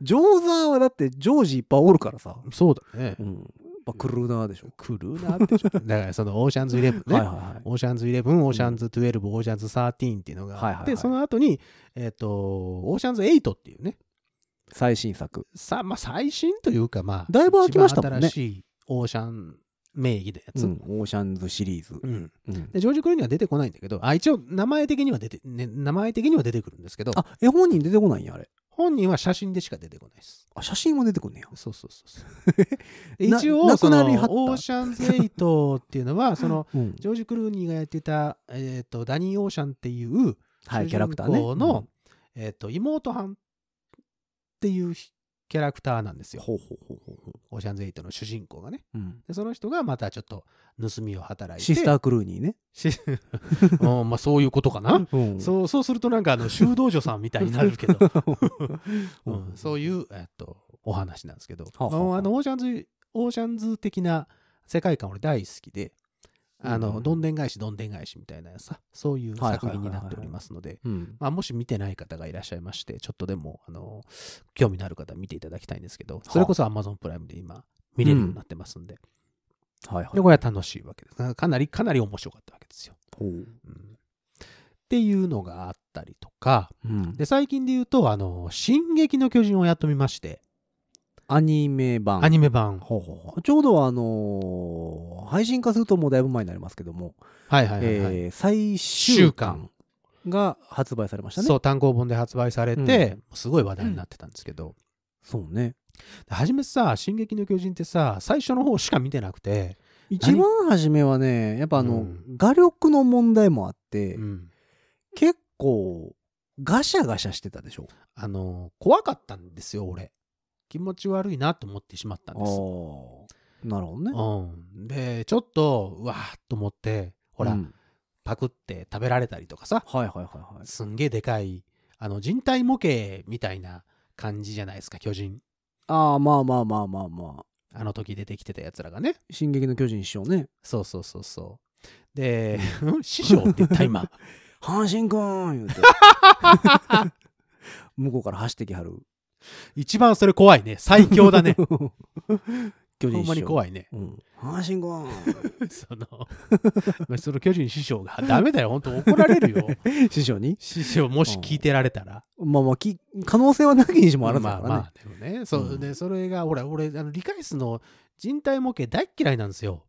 [SPEAKER 2] ジョーザーはだってジョージいっぱいおるからさ。
[SPEAKER 3] そうだね
[SPEAKER 2] う。ん。やっぱクルーナーでしょ。
[SPEAKER 3] クルーナーってちょっとだからそのオーシャンズイレブンね。
[SPEAKER 2] はいはいはい。
[SPEAKER 3] オーシャンズ11、オーシャンズ12、オーシャンズ13っていうのがあって、
[SPEAKER 2] はいはいはい
[SPEAKER 3] その後に、えっ、と、オーシャンズ8っていうね、
[SPEAKER 2] 最新作。
[SPEAKER 3] さまあ、最新というか、まあ、
[SPEAKER 2] だいぶ飽きましたもんね
[SPEAKER 3] 一番新しいオーシャン名義のやつ。
[SPEAKER 2] う
[SPEAKER 3] うんん、
[SPEAKER 2] オーシャンズシリーズ。うん
[SPEAKER 3] でジョージ・クルーニーは出てこないんだけど、あ一応名前的には出て、ね、名前的には出てくるんですけど、
[SPEAKER 2] あ、絵本に出てこないんや、あれ。
[SPEAKER 3] 本人は写真でしか出てこないです。
[SPEAKER 2] あ、写真は出てくんねや。
[SPEAKER 3] そうそうそうそう
[SPEAKER 2] な
[SPEAKER 3] 一応
[SPEAKER 2] な
[SPEAKER 3] そ
[SPEAKER 2] く
[SPEAKER 3] の
[SPEAKER 2] な
[SPEAKER 3] オ
[SPEAKER 2] りはった
[SPEAKER 3] ーシャンズ8っていうの はその
[SPEAKER 2] うん。
[SPEAKER 3] ジョージ・クルーニーがやってた、えっとダニー・オーシャンっていう
[SPEAKER 2] はい、
[SPEAKER 3] 主人公
[SPEAKER 2] キャラクターね。
[SPEAKER 3] の、えっ、と、妹はんっていうひキャラクターなんです
[SPEAKER 2] うん、
[SPEAKER 3] よ。
[SPEAKER 2] ほうほうほうほうほ
[SPEAKER 3] オーシャンズ8の主人公がね。
[SPEAKER 2] う。うん。
[SPEAKER 3] で、その人がまたちょっと盗みを働いて。
[SPEAKER 2] シスター・クルーニーね。
[SPEAKER 3] し うんまあ、そういうことかな。
[SPEAKER 2] うん
[SPEAKER 3] そうそうするとなんか あの修道女さんみたいになるけど、
[SPEAKER 2] う
[SPEAKER 3] うんん、そういう、えっとお話なんですけど、
[SPEAKER 2] はあはあ
[SPEAKER 3] まああのオーシャンズオーシャンズ的な世界観俺大好きであ
[SPEAKER 2] うんう
[SPEAKER 3] の
[SPEAKER 2] ん
[SPEAKER 3] どんでん返しどんでん返しみたいなさそういう
[SPEAKER 2] はいはいはい
[SPEAKER 3] 作
[SPEAKER 2] はい
[SPEAKER 3] 品になっておりますので
[SPEAKER 2] うん。
[SPEAKER 3] まあ、もし見てない方がいらっしゃいまして、ちょっとでも、あの、興味のある方は見ていただきたいんですけど、それこそ Amazon プライムで今、見れるようになってますんで、
[SPEAKER 2] はいはい
[SPEAKER 3] で、。これは楽しいわけです。かなり、かなり面白かったわけですよ。
[SPEAKER 2] ほう。
[SPEAKER 3] うんっていうのがあったりとか、
[SPEAKER 2] うん。
[SPEAKER 3] で、最近で言うと、あの、進撃の巨人をやっと見まして、
[SPEAKER 2] アニメ版。
[SPEAKER 3] アニメ版。
[SPEAKER 2] ほうほうほうちょうどあのー配信化するともうだいぶ前になりますけども、
[SPEAKER 3] はいはいはい、はい
[SPEAKER 2] えー最終巻が発売されましたね。
[SPEAKER 3] そう、単行本で発売されて、すごい話題になってたんですけど、
[SPEAKER 2] そうね。
[SPEAKER 3] はじめさ、進撃の巨人ってさ、最初の方しか見てなくて、
[SPEAKER 2] 一番初めはね、やっぱあの、
[SPEAKER 3] うん
[SPEAKER 2] 画力の問題もあって、
[SPEAKER 3] うん
[SPEAKER 2] 結構、ガシャガシャしてたでしょ。
[SPEAKER 3] あの、怖かったんですよ、俺。気持ち悪いなと思ってしまったんです。
[SPEAKER 2] あーなるほどね。
[SPEAKER 3] うん、で、ちょっと、うわーっと思って、ほら、
[SPEAKER 2] うん
[SPEAKER 3] パクって食べられたりとかさ、
[SPEAKER 2] はいはいはいはい。
[SPEAKER 3] すんげえでかい、あの、人体模型みたいな感じじゃないですか、巨人。
[SPEAKER 2] ああ、まあまあまあまあまあ。
[SPEAKER 3] あの時出てきてたやつらがね。
[SPEAKER 2] 進撃の巨人師匠ね。
[SPEAKER 3] そうそうそうそう。で、 師匠って言った 今。
[SPEAKER 2] 阪神くん言 うて。向こうから走ってきはる。。
[SPEAKER 3] 一番それ怖いね。最強だね
[SPEAKER 2] 巨人師匠。
[SPEAKER 3] ほんまに怖 いね。
[SPEAKER 2] うん。阪神く
[SPEAKER 3] その、まあ その巨人師匠が、ダメだよ、本当怒ら れるよ。
[SPEAKER 2] ん師匠に
[SPEAKER 3] 師匠、もし聞いてられたら。
[SPEAKER 2] まあまあき、可能性はなきにしもあらずだ
[SPEAKER 3] ま
[SPEAKER 2] か
[SPEAKER 3] あ
[SPEAKER 2] らね。
[SPEAKER 3] まあでもねそう、
[SPEAKER 2] うん
[SPEAKER 3] でそれがほら俺あの理解すの人体模型大っ嫌いなんですよ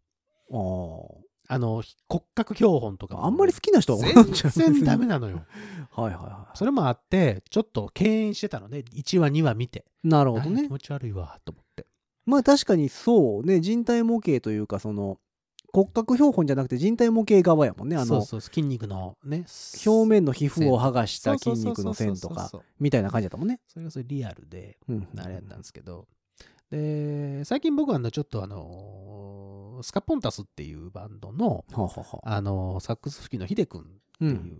[SPEAKER 2] あー
[SPEAKER 3] あの骨格標本とかも
[SPEAKER 2] あんまり好きな人はおらんじゃん
[SPEAKER 3] 全然ダメなのよ
[SPEAKER 2] はいはいは
[SPEAKER 3] それもあってちょっと敬遠してたのね1話2話見て
[SPEAKER 2] い。なるほ
[SPEAKER 3] な
[SPEAKER 2] ど
[SPEAKER 3] んか気
[SPEAKER 2] ね。
[SPEAKER 3] 持ち悪いわと思って
[SPEAKER 2] まあ確かにそうね、人体模型というか、その骨格標本じゃなくて人体模型側やもんね。あ
[SPEAKER 3] そう
[SPEAKER 2] の、
[SPEAKER 3] そう筋肉のね
[SPEAKER 2] 表面の皮膚を剥がし
[SPEAKER 3] そ
[SPEAKER 2] た
[SPEAKER 3] うそう
[SPEAKER 2] 筋
[SPEAKER 3] そう
[SPEAKER 2] 肉
[SPEAKER 3] そう
[SPEAKER 2] の線とか
[SPEAKER 3] そ、うそうそう
[SPEAKER 2] みたいな感じだったもんね。
[SPEAKER 3] それがそれリアルで
[SPEAKER 2] うん
[SPEAKER 3] あれやったんですけどで最近僕はあのちょっとあのスカポンタスっていうバンドの
[SPEAKER 2] はあはあはあ
[SPEAKER 3] あのサックス吹きのヒデ君
[SPEAKER 2] う
[SPEAKER 3] って
[SPEAKER 2] ん。
[SPEAKER 3] い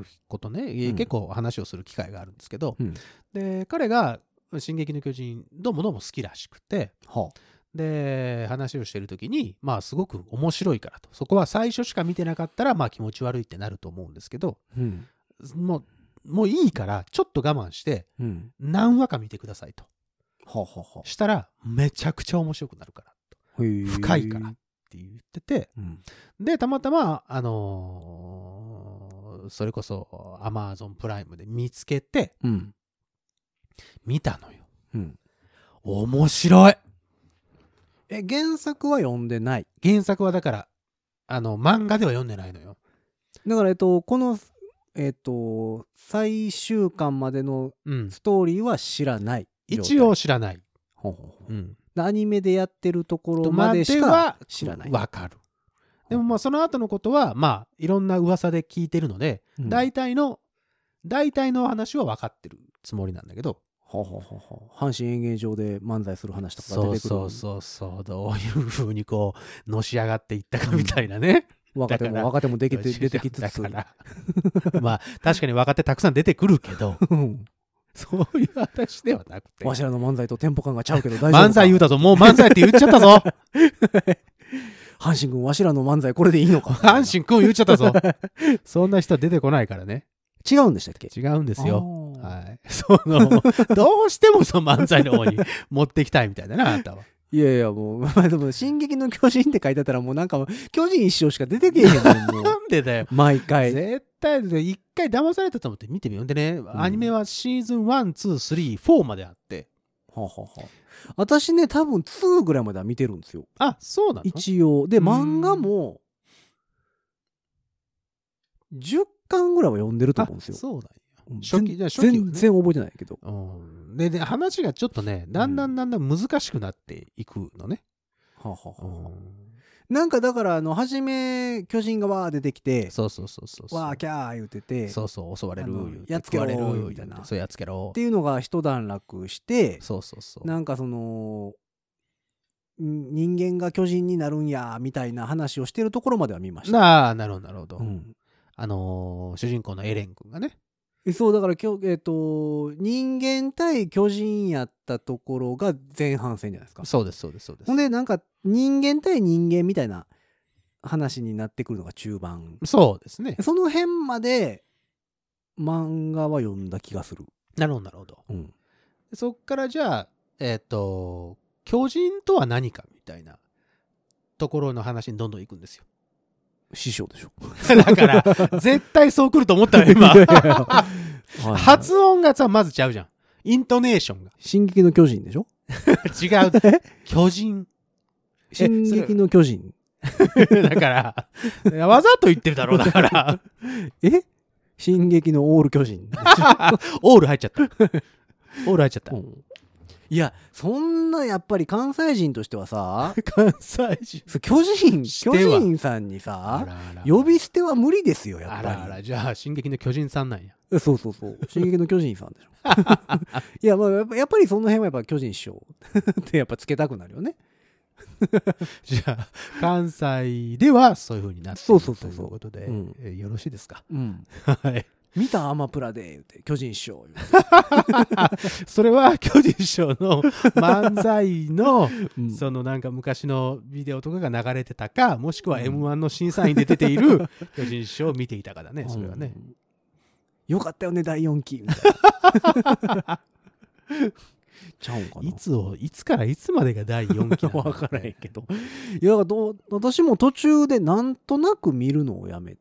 [SPEAKER 3] うことね、えー
[SPEAKER 2] うん
[SPEAKER 3] 結構話をする機会があるんですけど、
[SPEAKER 2] うん
[SPEAKER 3] で彼が「進撃の巨人」どうもどうも好きらしくて
[SPEAKER 2] は
[SPEAKER 3] で話をしてる時にまあすごく面白いからとそこは最初しか見てなかったらまあ気持ち悪いってなると思うんですけど
[SPEAKER 2] あ。うん。
[SPEAKER 3] もうもういいからちょっと我慢して
[SPEAKER 2] うん。
[SPEAKER 3] 何話か見てくださいと
[SPEAKER 2] はあはあは
[SPEAKER 3] したらめちゃくちゃ面白くなるから
[SPEAKER 2] あ。へえ
[SPEAKER 3] 深いからっ。て言ってて
[SPEAKER 2] うん。
[SPEAKER 3] でたまたまあのーそれこそ Amazon プライムで見つけて、
[SPEAKER 2] うん。
[SPEAKER 3] 見たのよ。
[SPEAKER 2] うん。
[SPEAKER 3] 面白い
[SPEAKER 2] え、原作は読んでない。
[SPEAKER 3] 原作はだから、あの、漫画では読んでないのよ。
[SPEAKER 2] だから、えっと、この、えっと、最終巻までの
[SPEAKER 3] うん。
[SPEAKER 2] ストーリーは知らない。
[SPEAKER 3] 一応。知らない。
[SPEAKER 2] ほうほうほ
[SPEAKER 3] うん。
[SPEAKER 2] うアニメでやってるところ
[SPEAKER 3] と
[SPEAKER 2] ま
[SPEAKER 3] ま
[SPEAKER 2] で
[SPEAKER 3] で
[SPEAKER 2] しか
[SPEAKER 3] は
[SPEAKER 2] 知らない。
[SPEAKER 3] わかる。でもまあその後のことはまあいろんな噂で聞いてるので、
[SPEAKER 2] うん
[SPEAKER 3] 大体の大体の話は分かってるつもりなんだけど
[SPEAKER 2] はははは阪神演芸場で漫才する話とかが
[SPEAKER 3] そう
[SPEAKER 2] 出てくる
[SPEAKER 3] そうそうそうどういうふうにこうのし上がっていったかみたいなね、
[SPEAKER 2] 若手
[SPEAKER 3] だか
[SPEAKER 2] も
[SPEAKER 3] ら
[SPEAKER 2] 若手もできて出てきつ
[SPEAKER 3] だ
[SPEAKER 2] つ
[SPEAKER 3] から まあ確かに若手たくさん出てくるけど
[SPEAKER 2] うん
[SPEAKER 3] そういう話ではなくて
[SPEAKER 2] わしらの漫才とテンポ感がちゃうけど大丈夫か
[SPEAKER 3] 漫才言うたぞもう漫才って言っちゃった ぞ
[SPEAKER 2] 阪神君わしらの漫才これでいいのか
[SPEAKER 3] 阪神君言っちゃったぞそんな人出てこないからね
[SPEAKER 2] 違うんでしたっけ
[SPEAKER 3] 違うんですよ
[SPEAKER 2] あー
[SPEAKER 3] はい。その、どうしてもその漫才の方に持ってきたいみたいだな、あんたは。
[SPEAKER 2] いやいやもう、 まあ、でも「進撃の巨人」って書いてあったらもうなんかもう巨人一生しか出てけえへんもんも
[SPEAKER 3] な
[SPEAKER 2] うん
[SPEAKER 3] でだよ。
[SPEAKER 2] 毎回
[SPEAKER 3] 絶対で、一回騙されたと思って見てみよう。でね、アニメはシーズン1、2、3、4まであって。
[SPEAKER 2] ははは私ね多分2ぐらいまでは見てるんですよ
[SPEAKER 3] あ、そうなの
[SPEAKER 2] 一応で
[SPEAKER 3] うん
[SPEAKER 2] 漫画も10巻ぐらいは読んでると
[SPEAKER 3] あ
[SPEAKER 2] 思うんですよ
[SPEAKER 3] そうなんや。
[SPEAKER 2] うん
[SPEAKER 3] 初期
[SPEAKER 2] 全
[SPEAKER 3] じゃあ初期はね
[SPEAKER 2] 全然覚えてないけど
[SPEAKER 3] うん。で、で話がちょっとね、だんだんだんだん難しくなっていくのね。
[SPEAKER 2] ははは
[SPEAKER 3] うん
[SPEAKER 2] なんかだからあの初め巨人がわー出てきて
[SPEAKER 3] そうそうそうそうそう。
[SPEAKER 2] わーキャー言うててっ
[SPEAKER 3] そうそう、襲われ
[SPEAKER 2] あ
[SPEAKER 3] る
[SPEAKER 2] の
[SPEAKER 3] 言うて。
[SPEAKER 2] やっつけろ
[SPEAKER 3] 食われる
[SPEAKER 2] みたいな
[SPEAKER 3] 言うてそう、やっつけろ
[SPEAKER 2] て。いうのが一段落して
[SPEAKER 3] そうそうそう。
[SPEAKER 2] なんかそのん人間が巨人になるんやみたいな話をしてるところまでは見ました。
[SPEAKER 3] なあ、なるほど、なるほど。
[SPEAKER 2] うん
[SPEAKER 3] あのー主人公のエレン君がね。
[SPEAKER 2] そうだからきょ、えっと人間対巨人やったところが前半戦じゃないですか。
[SPEAKER 3] そうです、そうです、そうです。
[SPEAKER 2] ほんでなんか人間対人間みたいな話になってくるのが中盤
[SPEAKER 3] そうですね。
[SPEAKER 2] その辺まで漫画は読んだ気がする。
[SPEAKER 3] なるほど、なるほど。
[SPEAKER 2] うん
[SPEAKER 3] でそっからじゃあ、えっ、と、巨人とは何かみたいなところの話にどんどん行くんですよ。
[SPEAKER 2] 師匠でしょ。
[SPEAKER 3] だから、絶対そう来ると思ったよ、今
[SPEAKER 2] い。やいやはいはい
[SPEAKER 3] 発音がさ、まずちゃうじゃん。イントネーションが。
[SPEAKER 2] 進撃の巨人でしょ
[SPEAKER 3] 違う。 巨人。それ
[SPEAKER 2] 進撃の巨人。
[SPEAKER 3] だから、わざと言ってるだろう、だから。
[SPEAKER 2] え進撃のオール巨人。
[SPEAKER 3] オール入っち ゃった。オール入っちゃった。
[SPEAKER 2] うんいや、そんなやっぱり関西人としてはさ、
[SPEAKER 3] 関西人。
[SPEAKER 2] そう巨人、
[SPEAKER 3] して
[SPEAKER 2] 巨
[SPEAKER 3] は
[SPEAKER 2] 人さんに
[SPEAKER 3] あ
[SPEAKER 2] さ、
[SPEAKER 3] らあら
[SPEAKER 2] 呼び捨ては無理ですよ、やっぱ
[SPEAKER 3] あ
[SPEAKER 2] り。
[SPEAKER 3] らあら、じゃあ、進撃の巨人さんなんや。
[SPEAKER 2] えそうそう そう。進撃の巨人さんでしょ。いや、まあやっぱ、やっぱりその辺はやっぱ巨人師匠 ってやっぱつけたくなるよね。
[SPEAKER 3] じゃあ、関西ではそういう風になっている
[SPEAKER 2] そうそうそうそう
[SPEAKER 3] ということで、
[SPEAKER 2] うん
[SPEAKER 3] えーよろしいですか。
[SPEAKER 2] うん。
[SPEAKER 3] はい。
[SPEAKER 2] 見たアマプラで、言うて巨人師匠言う
[SPEAKER 3] それは、巨人師匠の漫才の、
[SPEAKER 2] て、 うん
[SPEAKER 3] そのなんか昔のビデオとかが流れてたか、もしくは
[SPEAKER 2] うん
[SPEAKER 3] M1 の審査員で出ている 巨人師匠を見ていたかだね、それはね
[SPEAKER 2] う。ん。よかったよね、第4期。みたい なちゃうんかな。
[SPEAKER 3] いつを、いつからいつまでが第4期なの
[SPEAKER 2] わからへんけど。いやどう私も途中でなんとなく見るのをやめ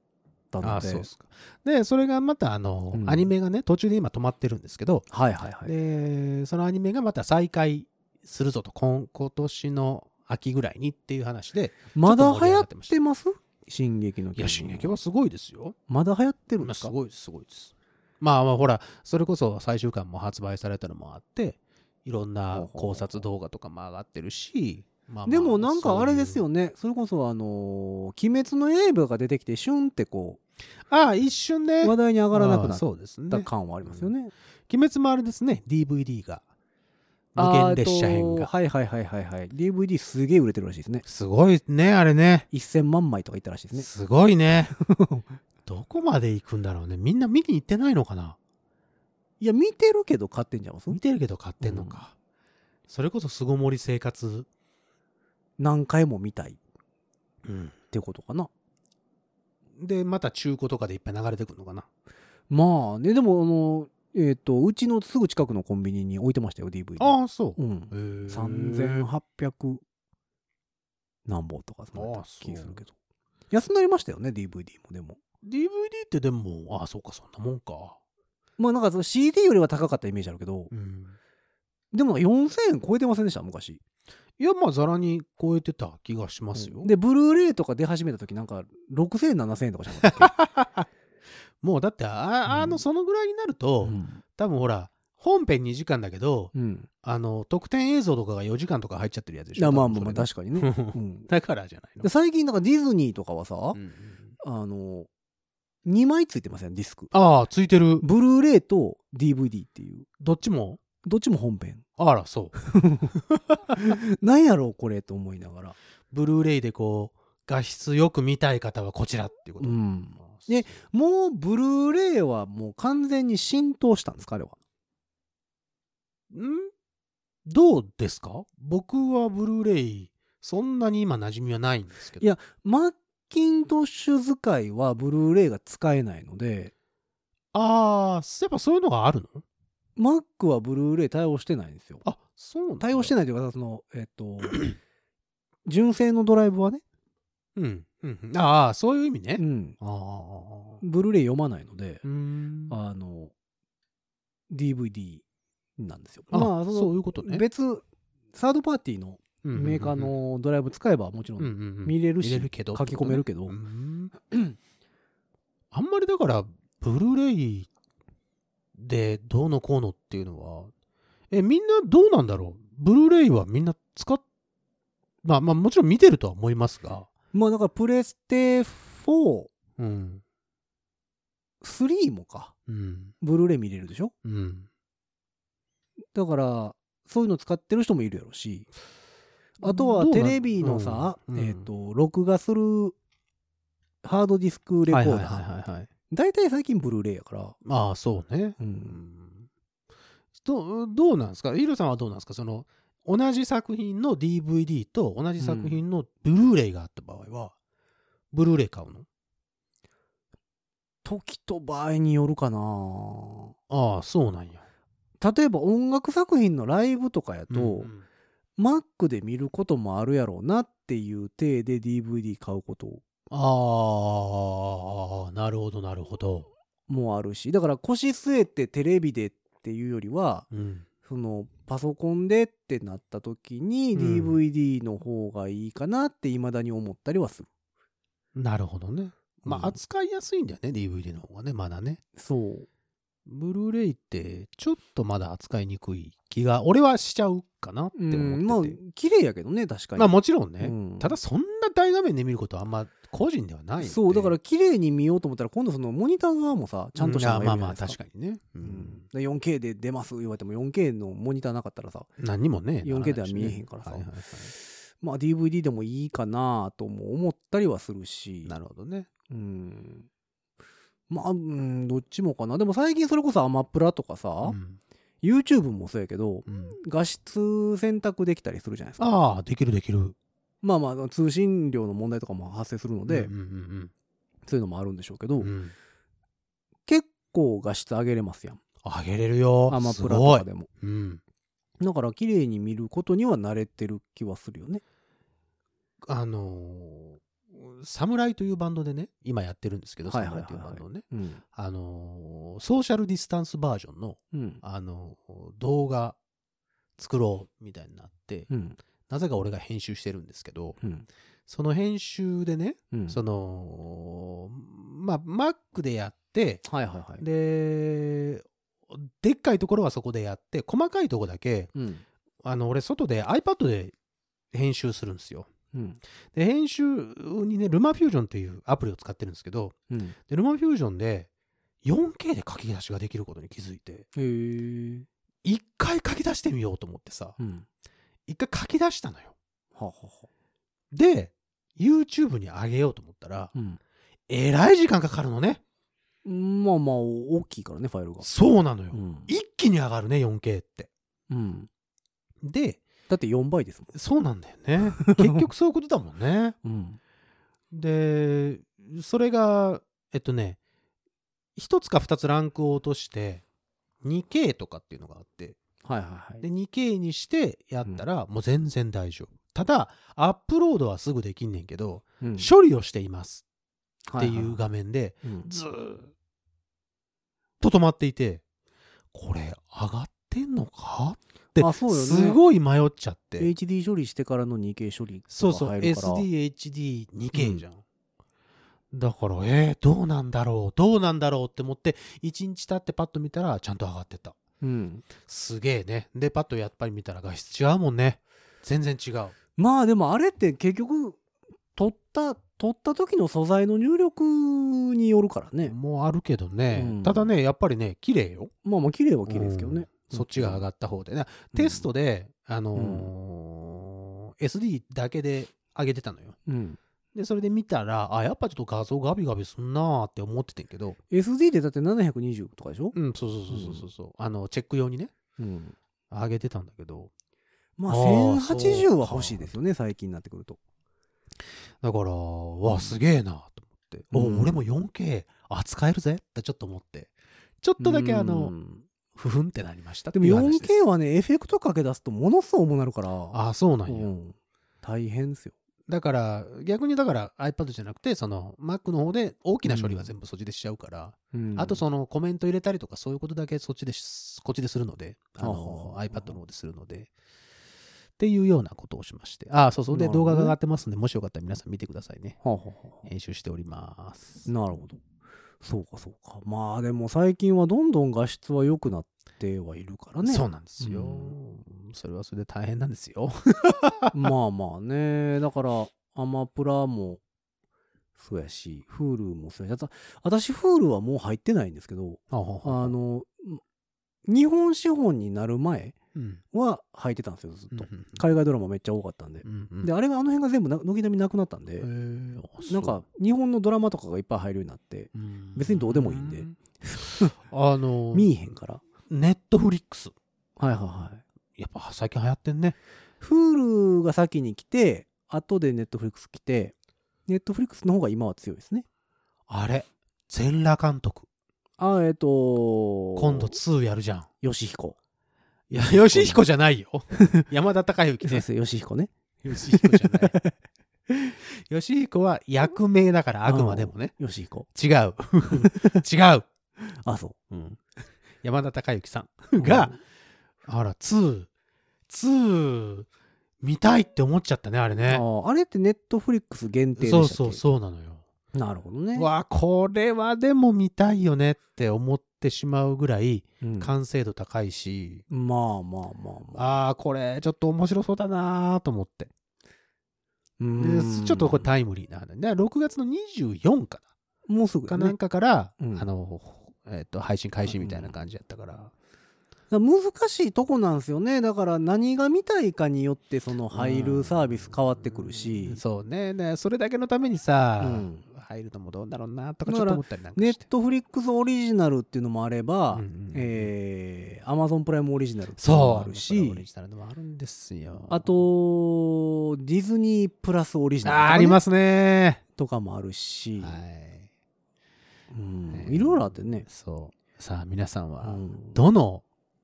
[SPEAKER 2] たので
[SPEAKER 3] あそうっすか。で、それがまた、あの、
[SPEAKER 2] うん
[SPEAKER 3] アニメがね、途中で今止まってるんですけど、
[SPEAKER 2] はいはいはい
[SPEAKER 3] でそのアニメがまた再開するぞと今今年の秋ぐらいにっていう話で
[SPEAKER 2] まだ
[SPEAKER 3] ちょっと盛
[SPEAKER 2] 流
[SPEAKER 3] り上
[SPEAKER 2] 行
[SPEAKER 3] が
[SPEAKER 2] っ
[SPEAKER 3] ってました
[SPEAKER 2] てます進撃の
[SPEAKER 3] いや進撃
[SPEAKER 2] は
[SPEAKER 3] はすごいですよ
[SPEAKER 2] まだ流行ってるんです
[SPEAKER 3] す
[SPEAKER 2] か
[SPEAKER 3] ごいですすごいですまあまあほらそれこそ最終巻も発売されたのもあっていろんな考察動画とかも上がってるしまあまあ
[SPEAKER 2] でもなんかあれですよ
[SPEAKER 3] ね
[SPEAKER 2] ねそれこそあのー鬼滅の刃」が出てきてシュンってこ
[SPEAKER 3] ああ一瞬ね
[SPEAKER 2] う話題に上がらなく
[SPEAKER 3] ま
[SPEAKER 2] な
[SPEAKER 3] あ
[SPEAKER 2] っ
[SPEAKER 3] そうですね
[SPEAKER 2] た感はありますよね
[SPEAKER 3] 鬼滅もあれですね DVD が無
[SPEAKER 2] あー
[SPEAKER 3] 限列車編
[SPEAKER 2] えっ
[SPEAKER 3] が
[SPEAKER 2] とはいはいはいはいはい DVD すげえ売れてるらしいですね
[SPEAKER 3] すごいねあれね
[SPEAKER 2] 1000万枚とかいったらしいですね
[SPEAKER 3] すご いね。どこまで行くんだろうね。みんな見に行ってないのかない
[SPEAKER 2] や見てるけど買ってんじゃん
[SPEAKER 3] 見てるけど買ってんのか。それこそ巣ごもり生活。
[SPEAKER 2] 何回も見たいってことかな
[SPEAKER 3] で、また中古とかでいっぱい流れてくるのかな。
[SPEAKER 2] まあねでもあのえっ、とうちのすぐ近くのコンビニに置いてましたよ DVD
[SPEAKER 3] ああ、そうう。
[SPEAKER 2] ん
[SPEAKER 3] へえ
[SPEAKER 2] 3800何本とかそんな
[SPEAKER 3] あそう
[SPEAKER 2] 気するけど安くなりましたよね DVD もでも
[SPEAKER 3] DVD ってでも、ああ、そうか、そんなもんか。
[SPEAKER 2] まあなんかその CD よりは高かったイメージあるけど、でも4000円超えてませんでした昔
[SPEAKER 3] いや、まあ、ざらに超えてた気がしますよ。
[SPEAKER 2] でブルーレイとか出始めた時なんか6000円7000円とかじゃなかったっ
[SPEAKER 3] もう、だって、ああ
[SPEAKER 2] うん
[SPEAKER 3] の、そのぐらいになる
[SPEAKER 2] け、
[SPEAKER 3] と、多分ほら、本編2時間だけど、
[SPEAKER 2] うん。
[SPEAKER 3] あの、特典映像とかが4時間とか入っちゃってるやつで
[SPEAKER 2] い
[SPEAKER 3] しょ。
[SPEAKER 2] やまあ
[SPEAKER 3] 多分
[SPEAKER 2] まあ
[SPEAKER 3] そ
[SPEAKER 2] まあ
[SPEAKER 3] れ
[SPEAKER 2] 確かにね。
[SPEAKER 3] うん
[SPEAKER 2] うん
[SPEAKER 3] だからじゃないの
[SPEAKER 2] で。最近なんかディズニーとかはさ、
[SPEAKER 3] うんうん
[SPEAKER 2] あの、2枚ついてません、ディスク。
[SPEAKER 3] ああ、ついてる。
[SPEAKER 2] ブルーレイと DVD っていう。
[SPEAKER 3] どっちも
[SPEAKER 2] どっちも本編。
[SPEAKER 3] あら、そう。
[SPEAKER 2] なんやろうこれと思いながら。
[SPEAKER 3] ブルーレイでこう、画質よく見たい方はこちらっていうこと。
[SPEAKER 2] うん
[SPEAKER 3] ああ
[SPEAKER 2] でもうブルーレイはもう完全に浸透したんですかあれは。
[SPEAKER 3] んどうですか僕はブルーレイ、そんなに今馴染みはないんですけど。
[SPEAKER 2] いやマッキントッシュ使いはブルーレイが使えないので、
[SPEAKER 3] ああ、やっぱそういうのがあるの
[SPEAKER 2] Mac はブルーレイ対応してないんですよ。
[SPEAKER 3] あ、そうなんだ
[SPEAKER 2] 対応してないというか、その、えっ と、純正のドライブはね、
[SPEAKER 3] うん。うんうん。ああ、そういう意味ね。
[SPEAKER 2] うん、
[SPEAKER 3] ああ。
[SPEAKER 2] ブルーレイ読まないので
[SPEAKER 3] う、ん。
[SPEAKER 2] あの、DVD なんですよ。
[SPEAKER 3] あ
[SPEAKER 2] まあ、その
[SPEAKER 3] そういうことね。
[SPEAKER 2] 別、サードパーティーの
[SPEAKER 3] うんうんうん
[SPEAKER 2] メーカーのドライブ使えばもちろ
[SPEAKER 3] うんうん
[SPEAKER 2] ん
[SPEAKER 3] うん
[SPEAKER 2] 見れるし
[SPEAKER 3] 見れるけど
[SPEAKER 2] 書き込めるけど
[SPEAKER 3] う、んあんまりだから、ブルーレイでどうのこうのっていうのは、え、みんなどうなんだろうブルーレイはみんな使っ、まあまあもちろん見てるとは思いますが、
[SPEAKER 2] まあだからプレステ4、
[SPEAKER 3] うん。
[SPEAKER 2] 3もか、
[SPEAKER 3] うん。
[SPEAKER 2] ブルーレイ見れるでしょ
[SPEAKER 3] うん。
[SPEAKER 2] だから、そういうの使ってる人もいるやろし、あとは
[SPEAKER 3] どう
[SPEAKER 2] テ
[SPEAKER 3] な
[SPEAKER 2] レビのさ、
[SPEAKER 3] うんうん
[SPEAKER 2] えっ、と、録画するハードディスクレコーダー。
[SPEAKER 3] はいはいはいはいはい。
[SPEAKER 2] 大体最近ブルーレイやから。
[SPEAKER 3] まあそうね。
[SPEAKER 2] う。
[SPEAKER 3] うんんどうどうなんですかイルさんはどうなんですかその同じ作品の DVD と同じ作品のブルーレイがあった場合は、ブルーレイ買うの
[SPEAKER 2] 時と場合によるかな
[SPEAKER 3] ああそうなんや。
[SPEAKER 2] 例えば音楽作品のライブとかやと、
[SPEAKER 3] ん
[SPEAKER 2] Mac で見ることもあるやろうなっていう体で DVD 買うこと
[SPEAKER 3] ああなるほどなるほど。
[SPEAKER 2] もあるし、だから腰据えてテレビでっていうよりは、
[SPEAKER 3] うん、
[SPEAKER 2] そのパソコンでってなった時に
[SPEAKER 3] うん
[SPEAKER 2] DVD の方がいいかなって未だに思ったりはする。
[SPEAKER 3] なるほどね。まあ、
[SPEAKER 2] うん
[SPEAKER 3] 扱いやすいんだよね DVD の方がねまだね。
[SPEAKER 2] そう。
[SPEAKER 3] ブルーレイってちょっとまだ扱いにくい気が俺はしちゃうかなって思ってて。
[SPEAKER 2] うんまあ綺麗やけどね確かに。
[SPEAKER 3] まあもちろんね、
[SPEAKER 2] うん
[SPEAKER 3] ただそんな大画面で見ることはあんま個人ではないので
[SPEAKER 2] そうだから綺麗に見ようと思ったら今度そのモニター側もさちゃんとしたの
[SPEAKER 3] うんま
[SPEAKER 2] が
[SPEAKER 3] あ
[SPEAKER 2] いるじ
[SPEAKER 3] ま
[SPEAKER 2] ゃないで
[SPEAKER 3] あ
[SPEAKER 2] すか。
[SPEAKER 3] 確かにね、う
[SPEAKER 2] うんん、で 4K で出ます言われても 4K のモニターなかったらさ
[SPEAKER 3] 何にもね
[SPEAKER 2] 4K では
[SPEAKER 3] ならないし
[SPEAKER 2] 見えへんからさ
[SPEAKER 3] はいはいは
[SPEAKER 2] まあ DVD でもいいかなとも思ったりはするし
[SPEAKER 3] いなるほどね
[SPEAKER 2] うんまあうんどっちもかなでも最近それこそアマプラとかさ
[SPEAKER 3] う、ん
[SPEAKER 2] YouTube もそうやけど
[SPEAKER 3] うん
[SPEAKER 2] 画質選択できたりするじゃないですか
[SPEAKER 3] ああできるできる
[SPEAKER 2] まあまあ通信量の問題とかも発生するので、
[SPEAKER 3] うんうん
[SPEAKER 2] そういうのもあるんでしょうけど、
[SPEAKER 3] うんうん
[SPEAKER 2] 結構画質上げれますやん
[SPEAKER 3] あげれるよ
[SPEAKER 2] アマプラ
[SPEAKER 3] す
[SPEAKER 2] と
[SPEAKER 3] ご
[SPEAKER 2] か
[SPEAKER 3] い
[SPEAKER 2] でも
[SPEAKER 3] うん
[SPEAKER 2] だから綺麗に見ることには慣れてる気はするよね
[SPEAKER 3] あのーサムライというバンドでね今やってるんですけど、
[SPEAKER 2] はいはいはいはい
[SPEAKER 3] サムライというバンドをね
[SPEAKER 2] うん
[SPEAKER 3] あのーソーシャルディスタンスバージョンの
[SPEAKER 2] うん
[SPEAKER 3] あのー動画作ろうみたいになって、
[SPEAKER 2] うん
[SPEAKER 3] なぜか俺が編集してるんですけど、
[SPEAKER 2] うん
[SPEAKER 3] その編集でね、
[SPEAKER 2] うん
[SPEAKER 3] その、まあ、Mac でやって、
[SPEAKER 2] はいはいはい
[SPEAKER 3] で、でっかいところはそこでやって、細かいとこだけ、
[SPEAKER 2] うん
[SPEAKER 3] あの、俺、外で iPad で編集するんですよ。
[SPEAKER 2] うん
[SPEAKER 3] で、編集にね、ルマフュージョンっていうアプリを使ってるんですけど、
[SPEAKER 2] うん
[SPEAKER 3] でルマフュージョンで 4K で書き出しができることに気づいて、
[SPEAKER 2] へえ
[SPEAKER 3] 一回書き出してみようと思ってさ、
[SPEAKER 2] うん
[SPEAKER 3] 一回書き出したのよ。
[SPEAKER 2] ははは
[SPEAKER 3] で、YouTube に上げようと思ったら、
[SPEAKER 2] う
[SPEAKER 3] えらい時間かかるのね。
[SPEAKER 2] んまあまあ大きいからねファイルが
[SPEAKER 3] そうなのよ、
[SPEAKER 2] うん
[SPEAKER 3] 一気に上がるね 4K って
[SPEAKER 2] うん
[SPEAKER 3] で
[SPEAKER 2] だって4倍ですも
[SPEAKER 3] そうなんだよね結局そういうことだもんね
[SPEAKER 2] んうん
[SPEAKER 3] でそれがえっとね一つか二つランクを落として 2K とかっていうのがあって
[SPEAKER 2] はいはいはい
[SPEAKER 3] で 2K にしてやったらもう全然大丈夫、ただアップロードはすぐできんねんけど、
[SPEAKER 2] うん
[SPEAKER 3] 処理をしていますっ
[SPEAKER 2] は
[SPEAKER 3] て
[SPEAKER 2] いはいは
[SPEAKER 3] う画面で
[SPEAKER 2] うん
[SPEAKER 3] ずーっと止まっていてこれ上がってんのかって
[SPEAKER 2] あそうよね
[SPEAKER 3] すごい迷っちゃって、
[SPEAKER 2] HD 処理してからの 2K 処理
[SPEAKER 3] そう
[SPEAKER 2] と
[SPEAKER 3] そ
[SPEAKER 2] か
[SPEAKER 3] う
[SPEAKER 2] 入るから
[SPEAKER 3] SDHD2K じゃん、だからえー、どうなんだろうどうなんだろうって思って1日経ってパッと見たらちゃんと上がってた
[SPEAKER 2] うん。
[SPEAKER 3] すげえね。で、パッとやっぱり見たら画質違うもんね。全然違う。
[SPEAKER 2] まあでもあれって結局、撮った、撮った時の素材の入力によるからね。
[SPEAKER 3] もうあるけどね。
[SPEAKER 2] うん
[SPEAKER 3] ただね、やっぱりね、綺麗よ。
[SPEAKER 2] まあまあ綺麗は綺麗ですけどね。
[SPEAKER 3] そっちが上がった方でね。テストで、あのー SD だけで上げてたのよ。
[SPEAKER 2] うん。
[SPEAKER 3] で、それで見たら、あ、やっぱちょっと画像ガビガビすんなーって思っててんけど、
[SPEAKER 2] SD でだって720とかでしょ、
[SPEAKER 3] うん、そうそうそうそうそう、うあの、チェック用にね、
[SPEAKER 2] うん、
[SPEAKER 3] 上げてたんだけど、
[SPEAKER 2] まあ
[SPEAKER 3] あー
[SPEAKER 2] 1080は欲しいですよね、最近になってくると。
[SPEAKER 3] だから、わ、すげえなと思って、
[SPEAKER 2] うん
[SPEAKER 3] お、俺も 4K 扱えるぜってちょっと思って、ちょっとだけあ
[SPEAKER 2] う
[SPEAKER 3] の、
[SPEAKER 2] ん
[SPEAKER 3] ふふんってなりましたって
[SPEAKER 2] で
[SPEAKER 3] い
[SPEAKER 2] も
[SPEAKER 3] う話です。
[SPEAKER 2] 4K はね、エフェクトかけ出すとものすごい重なるから、
[SPEAKER 3] あ、そうなん
[SPEAKER 2] う
[SPEAKER 3] や。
[SPEAKER 2] ん、大変ですよ。
[SPEAKER 3] だから、逆にだから iPad じゃなくて、その Mac の方で大きな処理は全部そっちでしちゃうから、
[SPEAKER 2] うん
[SPEAKER 3] あとそのコメント入れたりとかそういうことだけそっちでしこっちでするので、あ
[SPEAKER 2] はあ
[SPEAKER 3] の
[SPEAKER 2] はあ
[SPEAKER 3] iPad の方でするので、っていうようなことをしまして。あ、そうそう。で、
[SPEAKER 2] なるほ
[SPEAKER 3] 動
[SPEAKER 2] どね
[SPEAKER 3] 画が上がってますんで、もしよかったら皆さん見てくださいね。
[SPEAKER 2] はあはあはあ
[SPEAKER 3] 編集しております。
[SPEAKER 2] なるほど。そうかそうか。まあでも最近はどんどん画質は良くなってはいるからね。
[SPEAKER 3] そうなんですよ、それはそれで大変なんですよ。
[SPEAKER 2] まあまあね。だから、アマプラもそうやし、Hulu もそうやし。あと私、Hulu はもう入ってないんですけど、
[SPEAKER 3] あ
[SPEAKER 2] あの、日本資本になる前
[SPEAKER 3] うん。
[SPEAKER 2] は入ってたんですよ、ずっと。
[SPEAKER 3] うん
[SPEAKER 2] 海外ドラマめっちゃ多かったんで
[SPEAKER 3] う。んうん
[SPEAKER 2] で、あれがあの辺が全部な軒並みなくなったん
[SPEAKER 3] へ
[SPEAKER 2] で、
[SPEAKER 3] ーあそう
[SPEAKER 2] なんか日本のドラマとかがいっぱい入るようになって、
[SPEAKER 3] うん
[SPEAKER 2] 別にどうでもいいんで
[SPEAKER 3] う あ の、
[SPEAKER 2] 見えへんから。
[SPEAKER 3] ネットフリックス。
[SPEAKER 2] はいはいはい。
[SPEAKER 3] やっぱ最近流行ってんね。
[SPEAKER 2] Hulu が先に来て、後で Netflix 来て、Netflix の方が今は強いですね。
[SPEAKER 3] あれ、全裸監督。
[SPEAKER 2] あー、えっ、と、
[SPEAKER 3] 今度2やるじゃん。
[SPEAKER 2] ヨシヒコ。
[SPEAKER 3] いや、 吉彦じゃ ないよ。山田孝之
[SPEAKER 2] 先
[SPEAKER 3] ね。
[SPEAKER 2] 生、ヨシヒコね。
[SPEAKER 3] 吉彦じゃない。 吉彦は役名だから、あくまでもね。
[SPEAKER 2] ヨシヒコ。
[SPEAKER 3] 違 う。違う。
[SPEAKER 2] あ、そ
[SPEAKER 3] 山田孝之さ
[SPEAKER 2] う。
[SPEAKER 3] ん が、あら、2、2、見たいって思っちゃったね、あれ
[SPEAKER 2] あ
[SPEAKER 3] ね。
[SPEAKER 2] ー、あれって Netflix 限定でしたっ
[SPEAKER 3] そう
[SPEAKER 2] け
[SPEAKER 3] そうそうなのよ。
[SPEAKER 2] う。なるほどね。
[SPEAKER 3] わあ、これはでも見たいよねって思ってしまうぐらい、
[SPEAKER 2] うん
[SPEAKER 3] 完成度高いし、
[SPEAKER 2] まあまあまあまあ。
[SPEAKER 3] ああ、これ、ちょっと面白そうだなーと思って。
[SPEAKER 2] う
[SPEAKER 3] で
[SPEAKER 2] ーん
[SPEAKER 3] ちょっとこれタイムリーな話で6月の24か
[SPEAKER 2] もうすぐや
[SPEAKER 3] なか
[SPEAKER 2] ね、
[SPEAKER 3] なんかから、
[SPEAKER 2] うん
[SPEAKER 3] あの、えっと配信開始みたいな感じやったから、
[SPEAKER 2] だから難しいとこなんですよね。だから何が見たいかによって、その入るサービス変わってくるし。
[SPEAKER 3] そうねねそれだけのためにさ、
[SPEAKER 2] うん
[SPEAKER 3] 入るのもどうだろうなとかちょっと思ったりなんか
[SPEAKER 2] ネ
[SPEAKER 3] し
[SPEAKER 2] ッ
[SPEAKER 3] て、
[SPEAKER 2] トフリックスオリジナルっていうのもあれば、
[SPEAKER 3] うんうん
[SPEAKER 2] えー、アマゾンプライムオリジナルっていうのも
[SPEAKER 3] そう
[SPEAKER 2] ある
[SPEAKER 3] オリ
[SPEAKER 2] し、
[SPEAKER 3] ジナルのもあるんですよ
[SPEAKER 2] あと、ディズニープラスオリジ
[SPEAKER 3] あ
[SPEAKER 2] ナルとか,、
[SPEAKER 3] ーありますね
[SPEAKER 2] とかもあるし、
[SPEAKER 3] はい
[SPEAKER 2] うん
[SPEAKER 3] ね
[SPEAKER 2] いろいろあってね。
[SPEAKER 3] そうさあ皆さん
[SPEAKER 2] う
[SPEAKER 3] は
[SPEAKER 2] ん
[SPEAKER 3] どの